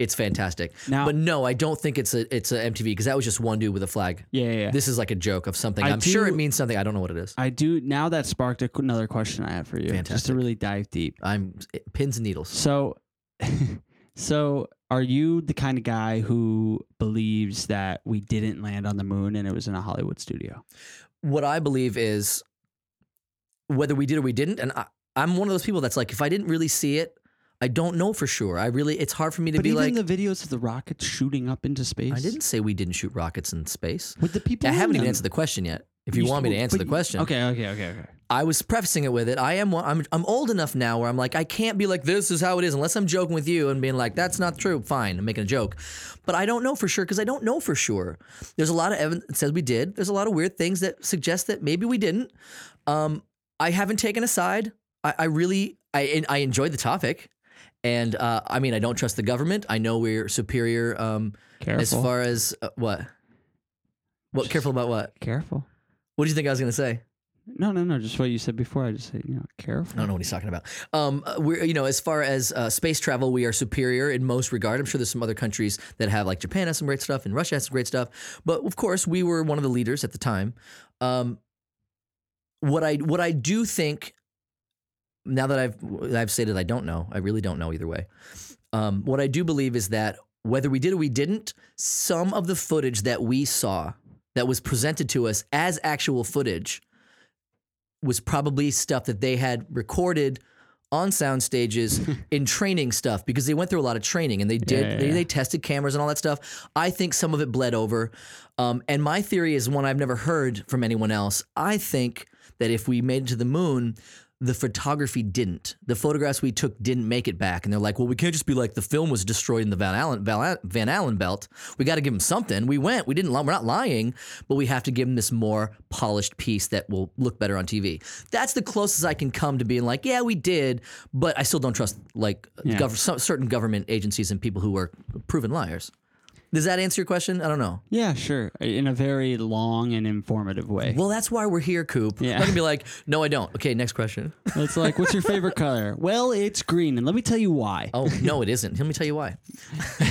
A: It's fantastic.
C: Now-
A: but no, I don't think it's a it's a MTV because that was just one dude with a flag.
C: Yeah, yeah, yeah.
A: This is like a joke of something.
C: I
A: I'm sure
C: do-
A: it means something. I don't know what it is.
C: I do now that sparked a, another question I have for you, just to
A: Fantastic.
C: really dive deep.
A: I'm eh, pins and needles.
C: So, so are you the kind of guy who believes that we didn't land on the moon and it was in a Hollywood studio?
A: What I believe is whether we did or we didn't, and I, I'm one of those people that's like, if I didn't really see it, I don't know for sure. I really, it's hard for me to
C: But
A: be
C: even
A: like,
C: the videos of the rockets shooting up into space.
A: I didn't say we didn't shoot rockets in space.
C: With the people,
A: I haven't
C: in
A: even
C: them.
A: answered the question yet. If you, want me to
C: still-
A: answer
C: but
A: the
C: you-
A: question,
C: Okay, okay, okay, okay.
A: I was prefacing it with it. I am. one- I'm. I'm old enough now where I'm like, I can't be like, this is how it is, unless I'm joking with you and being like, that's not true. Fine, I'm making a joke, but I don't know for sure because I don't know for sure. There's a lot of evidence that says we did. There's a lot of weird things that suggest that maybe we didn't. Um, I haven't taken a side. I, I really. I and I enjoyed the topic, and uh, I mean, I don't trust the government. I know we're superior. Um,
C: Careful.
A: as far as uh, what. What careful about what?
C: Careful.
A: What do you think I was gonna say?
C: No, no, no. Just what you said before. I just said, you know, careful.
A: I don't know what he's talking about. Um, uh, we're you know as far as uh, space travel, we are superior in most regard. I'm sure there's some other countries that have like Japan has some great stuff and Russia has some great stuff, but of course we were one of the leaders at the time. Um, what I what I do think now that I've I've stated I don't know, I really don't know either way. Um, what I do believe is that whether we did or we didn't, some of the footage that we saw that was presented to us as actual footage was probably stuff that they had recorded on sound stages in training stuff because they went through a lot of training and they did
C: Yeah, yeah,
A: they,
C: yeah.
A: they tested cameras and all that stuff. I think some of it bled over, um, and my theory is one I've never heard from anyone else. I think that if we made it to the moon, the photography didn't. The photographs we took didn't make it back, and they're like, "Well, we can't just be like the film was destroyed in the Van Allen Val- Van Allen belt. We got to give them something. We went. We didn't. li- We're not lying, but we have to give them this more polished piece that will look better on TV. That's the closest I can come to being like, yeah, we did, but I still don't trust like
C: Yeah.
A: gov- some, certain government agencies and people who are proven liars. Does that answer your question? I don't know.
C: Yeah, sure. In a very long and informative way.
A: Well, that's why we're here, Coop.
C: Yeah.
A: I can be like, no, I don't. Okay, next question.
C: It's like, what's your favorite color? Well, it's green, and let me tell you why.
A: Oh no, it isn't. Let me tell you why.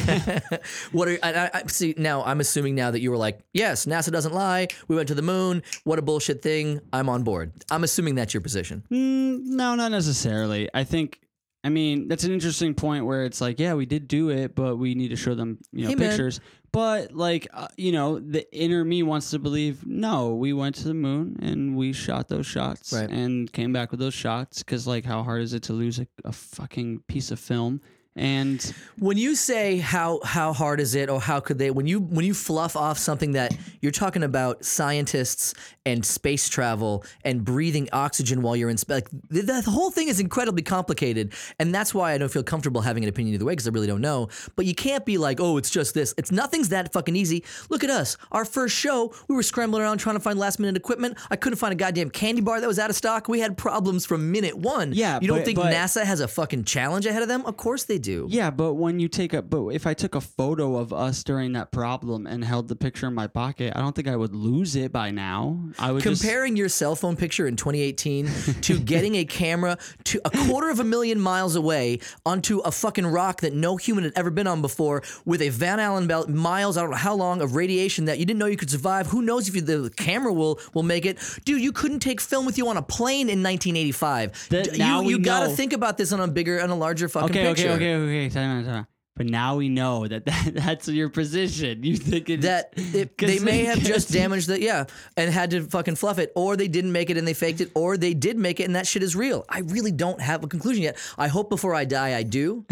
A: what are I, I- I, see now? I'm assuming now that you were like, yes, NASA doesn't lie. We went to the moon. What a bullshit thing. I'm on board. I'm assuming that's your position.
C: Mm, no, not necessarily. I think. I mean, that's an interesting point where it's like, yeah, we did do it, but we need to show them, you know,
A: Hey, man.
C: pictures. But like, uh, you know, the inner me wants to believe, no, we went to the moon and we shot those shots
A: Right.
C: and came back with those shots because, like, how hard is it to lose a, a fucking piece of film? And
A: When you say how how hard is it or how could they when you when you fluff off something that you're talking about scientists and space travel and breathing oxygen while you're in space like, th- that whole thing is incredibly complicated and that's why I don't feel comfortable having an opinion either way because I really don't know but you can't be like oh it's just this it's nothing's that fucking easy look at us our first show we were scrambling around trying to find last minute equipment I couldn't find a goddamn candy bar that was out of stock we had problems from minute one
C: Yeah,
A: you don't
C: but-
A: think
C: but-
A: NASA has a fucking challenge ahead of them of course they do
C: Yeah, but when you take a but if I took a photo of us during that problem and held the picture in my pocket, I don't think I would lose it by now. I would just-
A: comparing your cell phone picture in 2018 to getting a camera to a quarter of a million miles away onto a fucking rock that no human had ever been on before with a Van Allen belt miles I don't know how long of radiation that you didn't know you could survive who knows if you, the camera will will make it dude you couldn't take film with you on a plane in 1985
C: That-
A: D-
C: now
A: you
C: we
A: you gotta
C: know.
A: think about this on a bigger on a larger fucking
C: okay,
A: picture
C: okay, okay, okay, time out, time out. But now we know that, that that's your position. You think it's,
A: that it,
C: 'cause
A: they may
C: it
A: have just
C: gets-
A: damaged the yeah and had to fucking fluff it or they didn't make it and they faked it or they did make it and that shit is real i really don't have a conclusion yet i hope before i die i do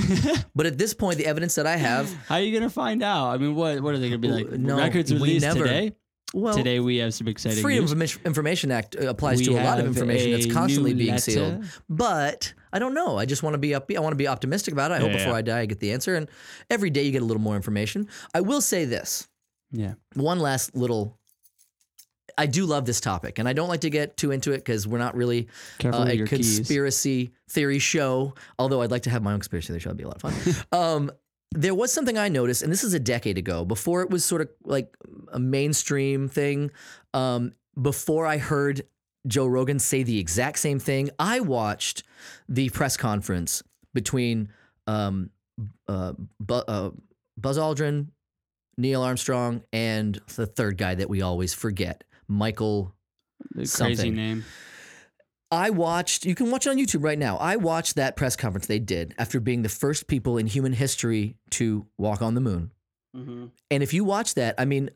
A: but at this point the evidence that i have
C: How are you gonna find out? I mean, what what are they gonna be like?
A: no,
C: records
A: we
C: released
A: never-
C: today.
A: well
C: today we have some exciting
A: freedom
C: news.
A: of Inf- information act uh, applies
C: We
A: to a lot of
C: have
A: information that's
C: a
A: constantly
C: new
A: being
C: letter.
A: sealed but i don't know i just want to be up i want to be optimistic about it i hope before i die i get the answer and every day you get a little more information i will say this
C: Yeah,
A: one last little I do love this topic, and I don't like to get too into it because we're not really
C: Careful
A: uh,
C: with
A: a
C: your keys.
A: conspiracy theory show. Although I'd like to have my own conspiracy theory show, that'd be a lot of fun. um, there was something I noticed, and this is a decade ago, before it was sort of like a mainstream thing. Um, before I heard Joe Rogan say the exact same thing. I watched the press conference between um, uh, Bu- uh, Buzz Aldrin, Neil Armstrong, and the third guy that we always forget, Michael
C: The crazy
A: Something.
C: name.
A: I watched, you can watch it on YouTube right now. I watched that press conference they did after being the first people in human history to walk on the moon. And if you watch that, I mean,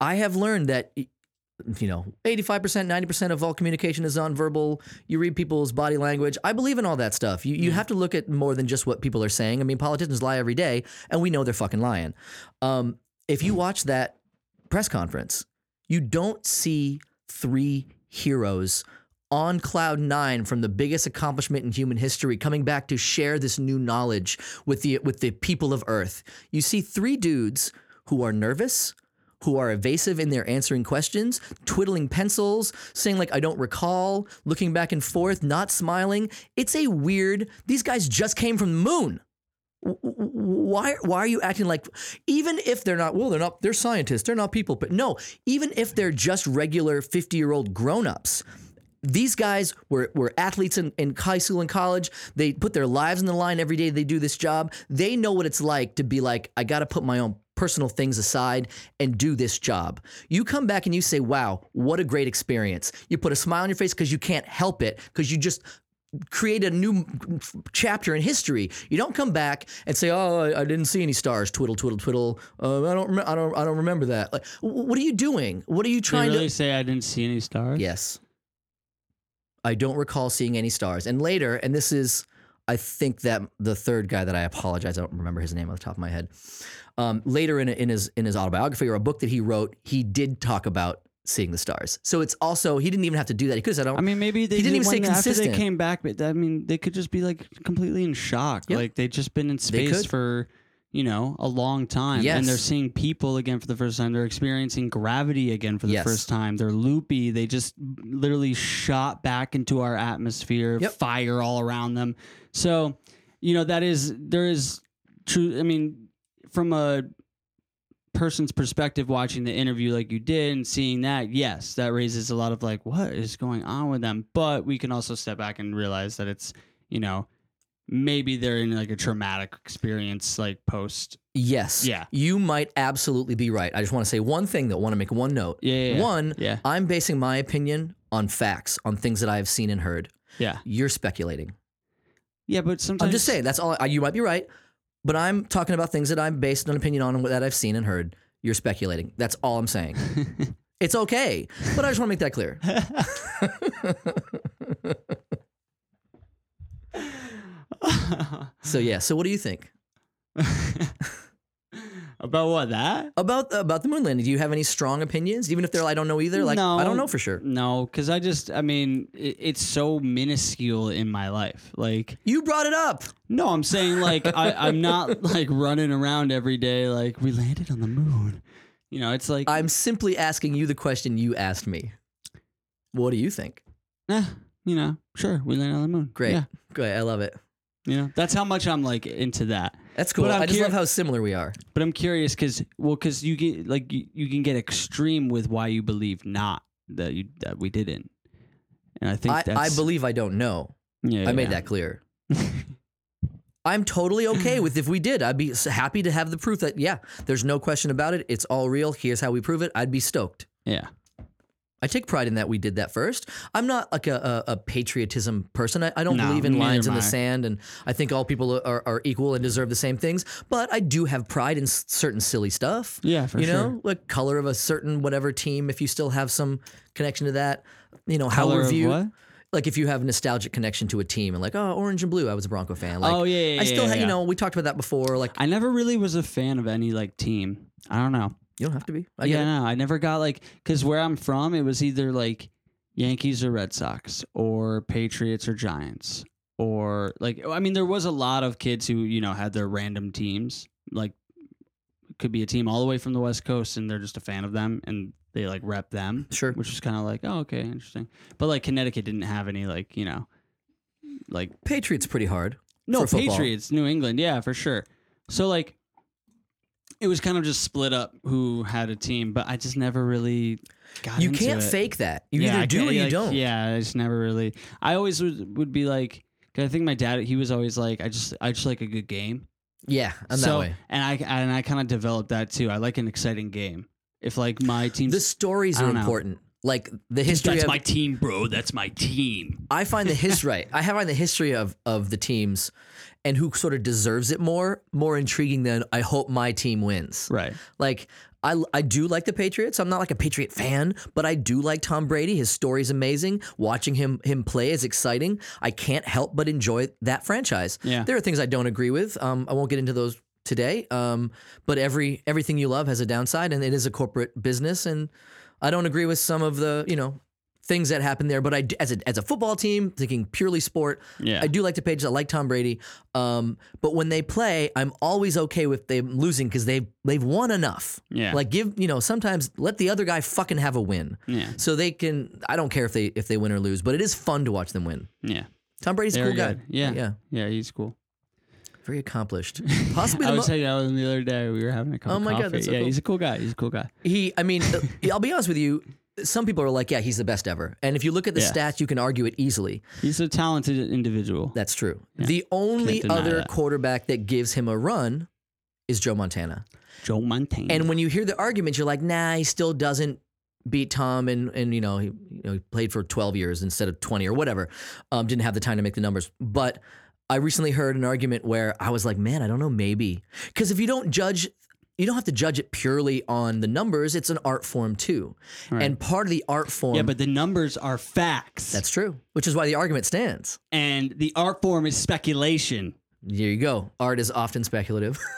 A: I have learned that, you know, 85%, 90% of all communication is nonverbal. You read people's body language. I believe in all that stuff. You, you have to look at more than just what people are saying. I mean, politicians lie every day, and we know they're fucking lying. Um, if you watch that press conference, you don't see three heroes on cloud nine from the biggest accomplishment in human history coming back to share this new knowledge with the with the people of earth you see three dudes who are nervous who are evasive in their answering questions twiddling pencils saying like i don't recall looking back and forth not smiling it's a weird these guys just came from the moon w- w- why why are you acting like even if they're not well they're not they're scientists they're not people but no even if they're just regular 50 year old grown-ups these guys were, were athletes in, in high school and college. They put their lives on the line every day they do this job. They know what it's like to be like, I got to put my own personal things aside and do this job. You come back and you say, wow, what a great experience. You put a smile on your face because you can't help it, because you just create a new chapter in history. You don't come back and say, "Oh, I, I didn't see any stars." Twiddle, twiddle, twiddle. Uh, I don't, rem- I don't, I don't remember that. Like, wh- what are you doing? What are you
C: They
A: trying to?
C: really say I didn't see any stars.
A: Yes. I don't recall seeing any stars. And later, and this is, I think that the third guy that I apologize, I don't remember his name off the top of my head. Um, later in, in his in his autobiography or a book that he wrote, he did talk about seeing the stars. So it's also he didn't even have to do that. He could have said, "I don't."
C: I mean, maybe they
A: He didn't
C: did
A: even stay
C: one after they
A: consistent.
C: came back, but I mean, they could just be like completely in shock.
A: Yeah.
C: Like they've just been in
A: They
C: space
A: could.
C: for you know a long time, and they're
A: Yes.
C: seeing people again for the first time. They're experiencing gravity again for the
A: Yes.
C: first time. They're loopy. They just literally shot back into our atmosphere,
A: Yep.
C: fire all around them. So, you know, that is there is true. I mean, from a person's perspective watching the interview like you did and seeing that, yes, that raises a lot of like, what is going on with them? But we can also step back and realize that it's, you know, maybe they're in like a traumatic experience, like post.
A: yes.
C: Yeah.
A: You might absolutely be right. I just want to say one thing though. Want to make one note.
C: Yeah. yeah, yeah.
A: One,
C: Yeah.
A: I'm basing my opinion on facts, on things that I have seen and heard.
C: Yeah.
A: You're speculating.
C: Yeah. But sometimes
A: I'm just saying that's all. I, you might be right, but I'm talking about things that I'm based an opinion on and that I've seen and heard. You're speculating. That's all I'm saying. it's okay, but I just want to make that clear. So yeah. So what do you think
C: About what that?
A: about about the moon landing? Do you have any strong opinions, even if they're I don't know either? Like
C: No.
A: I don't know for sure.
C: No, because I just, I mean, it, it's so minuscule in my life. Like,
A: You brought it up.
C: No, I'm saying like I, I'm not like running around every day like we landed on the moon. You know, it's like
A: I'm simply asking you the question you asked me. What do you think?
C: eh, you know, sure, we landed on the moon.
A: Great.
C: Yeah,
A: Great. I love it.
C: you know, that's how much I'm like into that.
A: That's cool.
C: But
A: I
C: I'm
A: just
C: curi-
A: love how similar we are.
C: But I'm curious because well, because you get like you, you can get extreme with why you believe not that you that we didn't. And I think
A: I, I
C: that's
A: believe I don't know.
C: Yeah,
A: I made
C: yeah.
A: that clear. I'm totally okay with if we did. I'd be s- happy to have the proof that yeah, there's no question about it. It's all real. Here's how we prove it. I'd be stoked.
C: Yeah,
A: I take pride in that we did that first. I'm not like a, a, a patriotism person. I, I don't
C: No,
A: believe in
C: neither
A: lines in
C: am
A: the
C: I.
A: sand, and I think all people are, are equal and deserve the same things. But I do have pride in s- certain silly stuff.
C: Yeah, for
A: you know,
C: sure.
A: like color of a certain whatever team, if you still have some connection to that. You know how
C: Color
A: we're
C: of
A: viewed
C: what?
A: like if you have nostalgic connection to a team and like oh orange and blue i was a bronco fan like
C: Oh, yeah, yeah,
A: i still
C: yeah,
A: had
C: yeah.
A: you know we talked about that before like
C: I never really was a fan of any like team. I don't know.
A: you don't have to be I get
C: yeah,
A: it.
C: no, I never got like because where I'm from, it was either like Yankees or Red Sox or Patriots or Giants or like I mean, there was a lot of kids who you know had their random teams. Like, could be a team all the way from the West Coast, and they're just a fan of them, and they like rep them,
A: sure
C: which was kind of like, oh, okay, interesting. But like Connecticut didn't have any like you know, like
A: patriots pretty hard
C: no
A: for football.
C: Patriots, New England, yeah, for sure. So like, it was kind of just split up who had a team, but I just never really got
A: You
C: into
A: can't
C: it.
A: fake that. You
C: yeah, I
A: either do
C: can't-
A: or you
C: like,
A: don't.
C: Yeah, I just never really. I always would, would be like, 'cause I think my dad, he was always like, I just I just like a good game.
A: Yeah, I'm
C: so,
A: that way.
C: And I and I kind of developed that too. I like an exciting game. If like my team,
A: The stories
C: I
A: are
C: don't know.
A: important. Like the history of
C: team, bro. That's my team.
A: I find the history right. I have find the history of of the teams and who sort of deserves it more more intriguing than I hope my team wins.
C: Right.
A: Like I, I do like the Patriots. I'm not like a Patriot fan, but I do like Tom Brady. His story's amazing. Watching him him play is exciting. I can't help but enjoy that franchise.
C: Yeah.
A: There are things I don't agree with. Um, I won't get into those today. Um, but every everything you love has a downside, and it is a corporate business. And I don't agree with some of the you know things that happen there. But I d- as a as a football team, thinking purely sport,
C: Yeah.
A: I do like the Patriots. I like Tom Brady. Um, but when they play, I'm always okay with them losing because they they've won enough.
C: Yeah.
A: Like give you know sometimes let the other guy fucking have a win.
C: Yeah.
A: So they can. I don't care if they if they win or lose, but it is fun to watch them win.
C: Yeah.
A: Tom Brady's a
C: Very
A: cool guy.
C: good. Yeah.
A: Yeah.
C: Yeah. He's cool.
A: Very accomplished. Possibly
C: I
A: the
C: was
A: most.
C: hanging out with him the other day. We were having a cup
A: Oh
C: of
A: my God,
C: coffee.
A: that's so
C: yeah,
A: cool.
C: he's a cool guy. He's a cool guy.
A: He. I mean, uh, I'll be honest with you. Some people are like, yeah, he's the best ever. And if you look at the
C: Yeah.
A: stats, you can argue it easily.
C: He's a talented individual.
A: That's true. The only
C: Can't deny
A: other
C: that.
A: quarterback that gives him a run is Joe Montana.
C: Joe Montana.
A: And when you hear the arguments, you're like, nah, he still doesn't beat Tom, and and you know he you know he played for 12 years instead of 20 or whatever. Um, didn't have the time to make the numbers, but. I recently heard an argument where I was like, man, I don't know, maybe. Because if you don't judge, you don't have to judge it purely on the numbers. It's an art form too. And part of the art form,
C: yeah, but the numbers are facts.
A: that's true, which is why the argument stands.
C: and the art form is speculation.
A: There you go. Art is often speculative.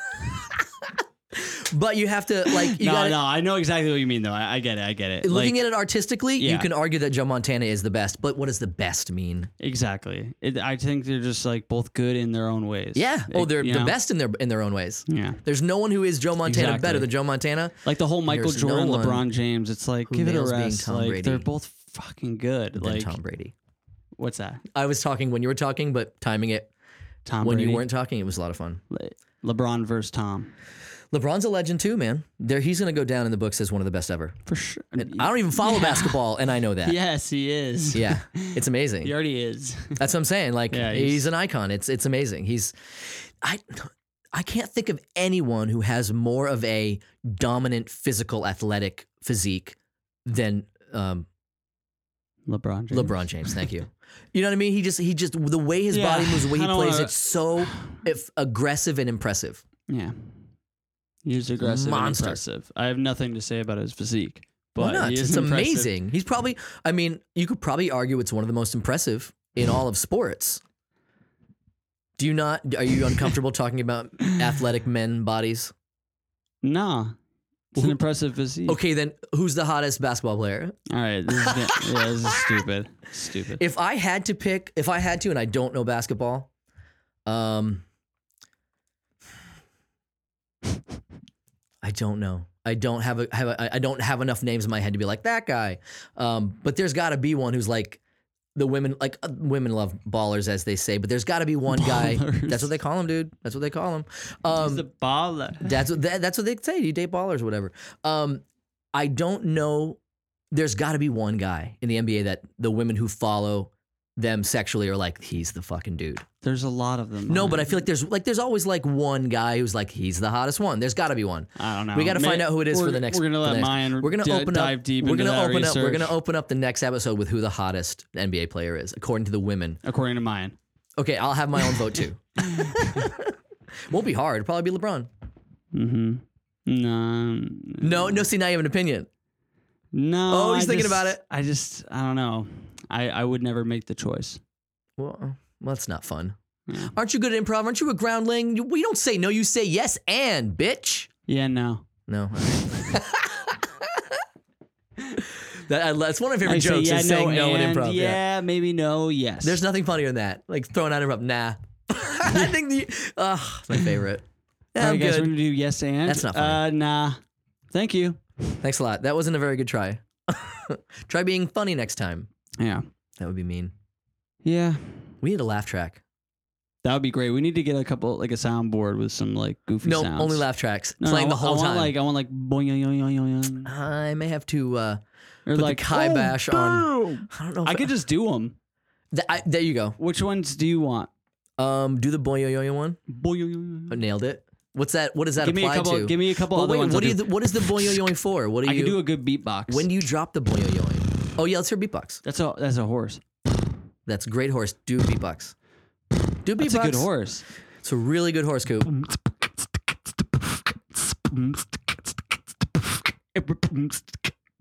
A: but you have to, like, you
C: no,
A: gotta,
C: no, I know exactly what you mean though. I, I get it. I get it.
A: looking
C: Like,
A: at it artistically, you
C: Yeah.
A: can argue that Joe Montana is the best, but what does the best mean?
C: exactly. It, I think they're just like both good in their own ways.
A: Yeah. Oh,
C: Like,
A: they're
C: you
A: the
C: know?
A: best in their in their own ways.
C: Yeah.
A: There's no one who is Joe Montana
C: Exactly.
A: better than Joe Montana.
C: Like the whole Michael
A: There's no
C: Jordan,
A: one
C: LeBron James. It's like give it a
A: nails being
C: rest.
A: Tom
C: Like
A: Brady
C: they're both fucking good.
A: Than
C: Like
A: Tom Brady.
C: what's that?
A: I was talking when you were talking, but timing it
C: Tom
A: when
C: Brady.
A: you weren't talking, it was a lot of fun.
C: Le- LeBron versus Tom
A: LeBron's a legend too, man. There, he's gonna go down in the books as one of the best ever.
C: for sure.
A: I don't even follow basketball, and I know that. Yeah,
C: Yes, he is.
A: it's amazing.
C: he already is.
A: That's what I'm saying. Like
C: Yeah,
A: he's,
C: he's-
A: an icon. It's it's amazing. He's I I can't think of anyone who has more of a dominant physical athletic physique than um,
C: LeBron. James.
A: LeBron James. Thank you. You know what I mean? He just he just the way his
C: Yeah,
A: body moves, the way
C: I
A: he
C: don't
A: plays,
C: wanna-
A: it's so if, aggressive and impressive.
C: Yeah. He's aggressive.
A: Monster.
C: And impressive. I have nothing to say about his physique,
A: Why
C: but
A: not?
C: he is
A: It's
C: impressive.
A: amazing. He's probably. I mean, you could probably argue it's one of the most impressive in all of sports. Do you not? Are you uncomfortable talking about athletic men bodies?
C: Nah. It's
A: Who-
C: an impressive physique.
A: Okay, then who's the hottest basketball player?
C: All right. This is, get- yeah, this is stupid. Stupid.
A: If I had to pick, if I had to, and I don't know basketball, um, I don't know. I don't have a, have a I don't have enough names in my head to be like that guy. Um, but there's got to be one who's like the women like uh, women love ballers as they say, but there's got to be one guy.
C: Ballers.
A: That's what they call him, dude. That's what they call him.
C: He's
A: Um,
C: the baller.
A: that's what that, that's what they say. You date ballers, whatever. Um, I don't know. There's got to be one guy in the NBA that the women who follow them sexually are like, he's the fucking dude.
C: There's a lot of them.
A: No,
C: on
A: but
C: it.
A: I feel like there's like there's always like one guy who's like, he's the hottest one. There's got to be one.
C: I don't know.
A: We got to
C: May-
A: find out who it is for
C: we're-
A: the next.
C: We're gonna
A: for the
C: let
A: next-
C: Mayan.
A: We're gonna
C: d-
A: open
C: dive
A: up.
C: deep
A: we're
C: into
A: gonna
C: that
A: open up. We're
C: research,
A: gonna open up the next episode with who the hottest NBA player is according to the women.
C: according to Mayan.
A: Okay, I'll have my own vote too. Won't be hard. It'll probably be LeBron.
C: Mm-hmm. No,
A: No, no. See, now you have an opinion.
C: no.
A: Oh, he's
C: I
A: thinking
C: just-
A: about it.
C: I just, I don't know. I, I would never make the choice.
A: Well, uh, well, that's not fun.
C: Yeah.
A: Aren't you good at improv? Aren't you a groundling? You- We don't say no, you say yes and, bitch.
C: Yeah, no.
A: No. that, I, that's one of my favorite
C: I say
A: jokes
C: yeah,
A: is
C: no,
A: saying no in
C: and
A: improv.
C: Yeah, maybe no, yes.
A: There's nothing funnier than that. Like throwing out improv. Nah. I think the. Oh, it's my favorite. Yeah,
C: All
A: I'm
C: right, guys,
A: good.
C: we're gonna do yes and.
A: That's not
C: Uh,
A: funny.
C: nah. Thank you.
A: Thanks a lot. That wasn't a very good try. try being funny next time.
C: Yeah.
A: That would be mean.
C: Yeah.
A: We need a laugh track.
C: That would be great. We need to get a couple, like a soundboard with some like goofy
A: No,
C: sounds.
A: only laugh tracks
C: No, no,
A: playing
C: I
A: the
C: wa- I
A: whole
C: want,
A: time.
C: Like I want like boing, yoing, yoing, yoing, yoing.
A: I may have to. Uh,
C: or
A: the
C: like oh,
A: kibosh on-
C: boom!
A: I don't know. If
C: I could just do them.
A: Th- I, there you go.
C: Which ones do you want?
A: Um, do the boing yo yo one.
C: Boing, yoing, yoing,
A: I
C: yoing.
A: nailed it. What's that? What does that
C: Give me a
A: apply
C: couple.
A: to?
C: Give me a couple
A: Well,
C: other
A: wait,
C: ones.
A: what
C: I'll
A: do you? What is the boing yo yoing for? What do
C: I
A: you?
C: can do a good beatbox.
A: when do you drop the boing yo yoing? Oh yeah, let's hear beatbox.
C: that's a that's a horse.
A: That's a great horse. Do beatbox. Do beatbox.
C: That's a good horse.
A: It's a really good horse, Coop.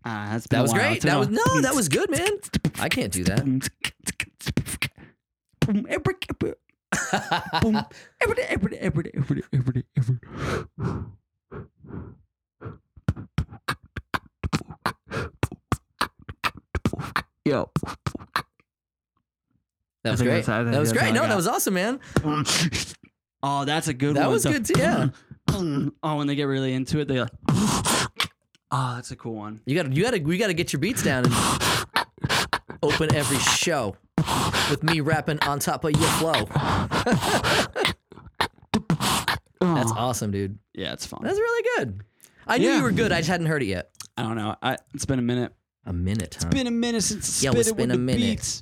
C: Ah, that's
A: That
C: been a
A: was
C: while.
A: great.
C: It's been
A: That
C: a
A: was
C: while.
A: no, that was good, man. I can't do that.
C: Ah. Yo.
A: That was
C: think
A: great.
C: that's- I think
A: That was
C: that's
A: great.
C: all I
A: No, that
C: got.
A: was awesome, man.
C: Oh, that's a good
A: That
C: one.
A: was
C: The-
A: good too. Yeah.
C: Oh, when they get really into it, they like. Oh, that's a cool one.
A: You gotta you gotta we gotta get your beats down and open every show with me rapping on top of your flow. That's awesome, dude.
C: Yeah, it's fun.
A: That's really good. I knew
C: Yeah.
A: you were good. I just hadn't heard it yet.
C: I don't know. I, it's been a minute.
A: A minute, huh?
C: Been a minute since
A: Yeah,
C: spit
A: it's
C: it
A: been
C: with
A: a
C: the
A: minute.
C: beats.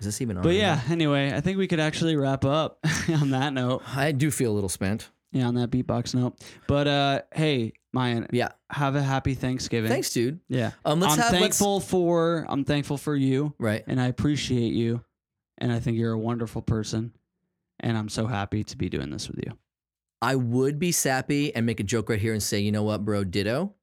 A: Is this even on?
C: But yeah, anyway, I think we could actually wrap up on that note.
A: I do feel a little spent.
C: Yeah, on that beatbox note. But uh, hey, Mayan,
A: Yeah.
C: have a happy Thanksgiving.
A: Thanks, dude.
C: Yeah.
A: Um, let's
C: I'm
A: have let's-
C: thankful for I'm thankful for you
A: right.
C: and I appreciate you and I think you're a wonderful person and I'm so happy to be doing this with you.
A: I would be sappy and make a joke right here and say, you know what, bro, ditto.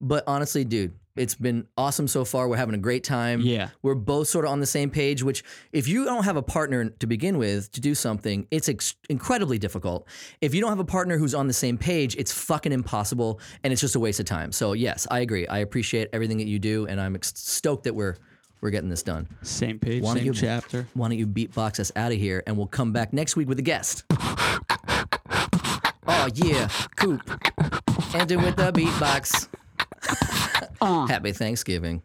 A: But honestly, dude, it's been awesome so far. We're having a great time.
C: Yeah.
A: We're both sort of on the same page, which if you don't have a partner to begin with to do something, it's ex- incredibly difficult. If you don't have a partner who's on the same page, it's fucking impossible and it's just a waste of time. So, yes, I agree. I appreciate everything that you do and I'm ex- stoked that we're we're getting this done.
C: Same page,
A: Wanna
C: same
A: give-
C: chapter.
A: Why don't you beatbox us out of here and we'll come back next week with a guest. Oh yeah, Coop. Enter with the beatbox. Happy Thanksgiving.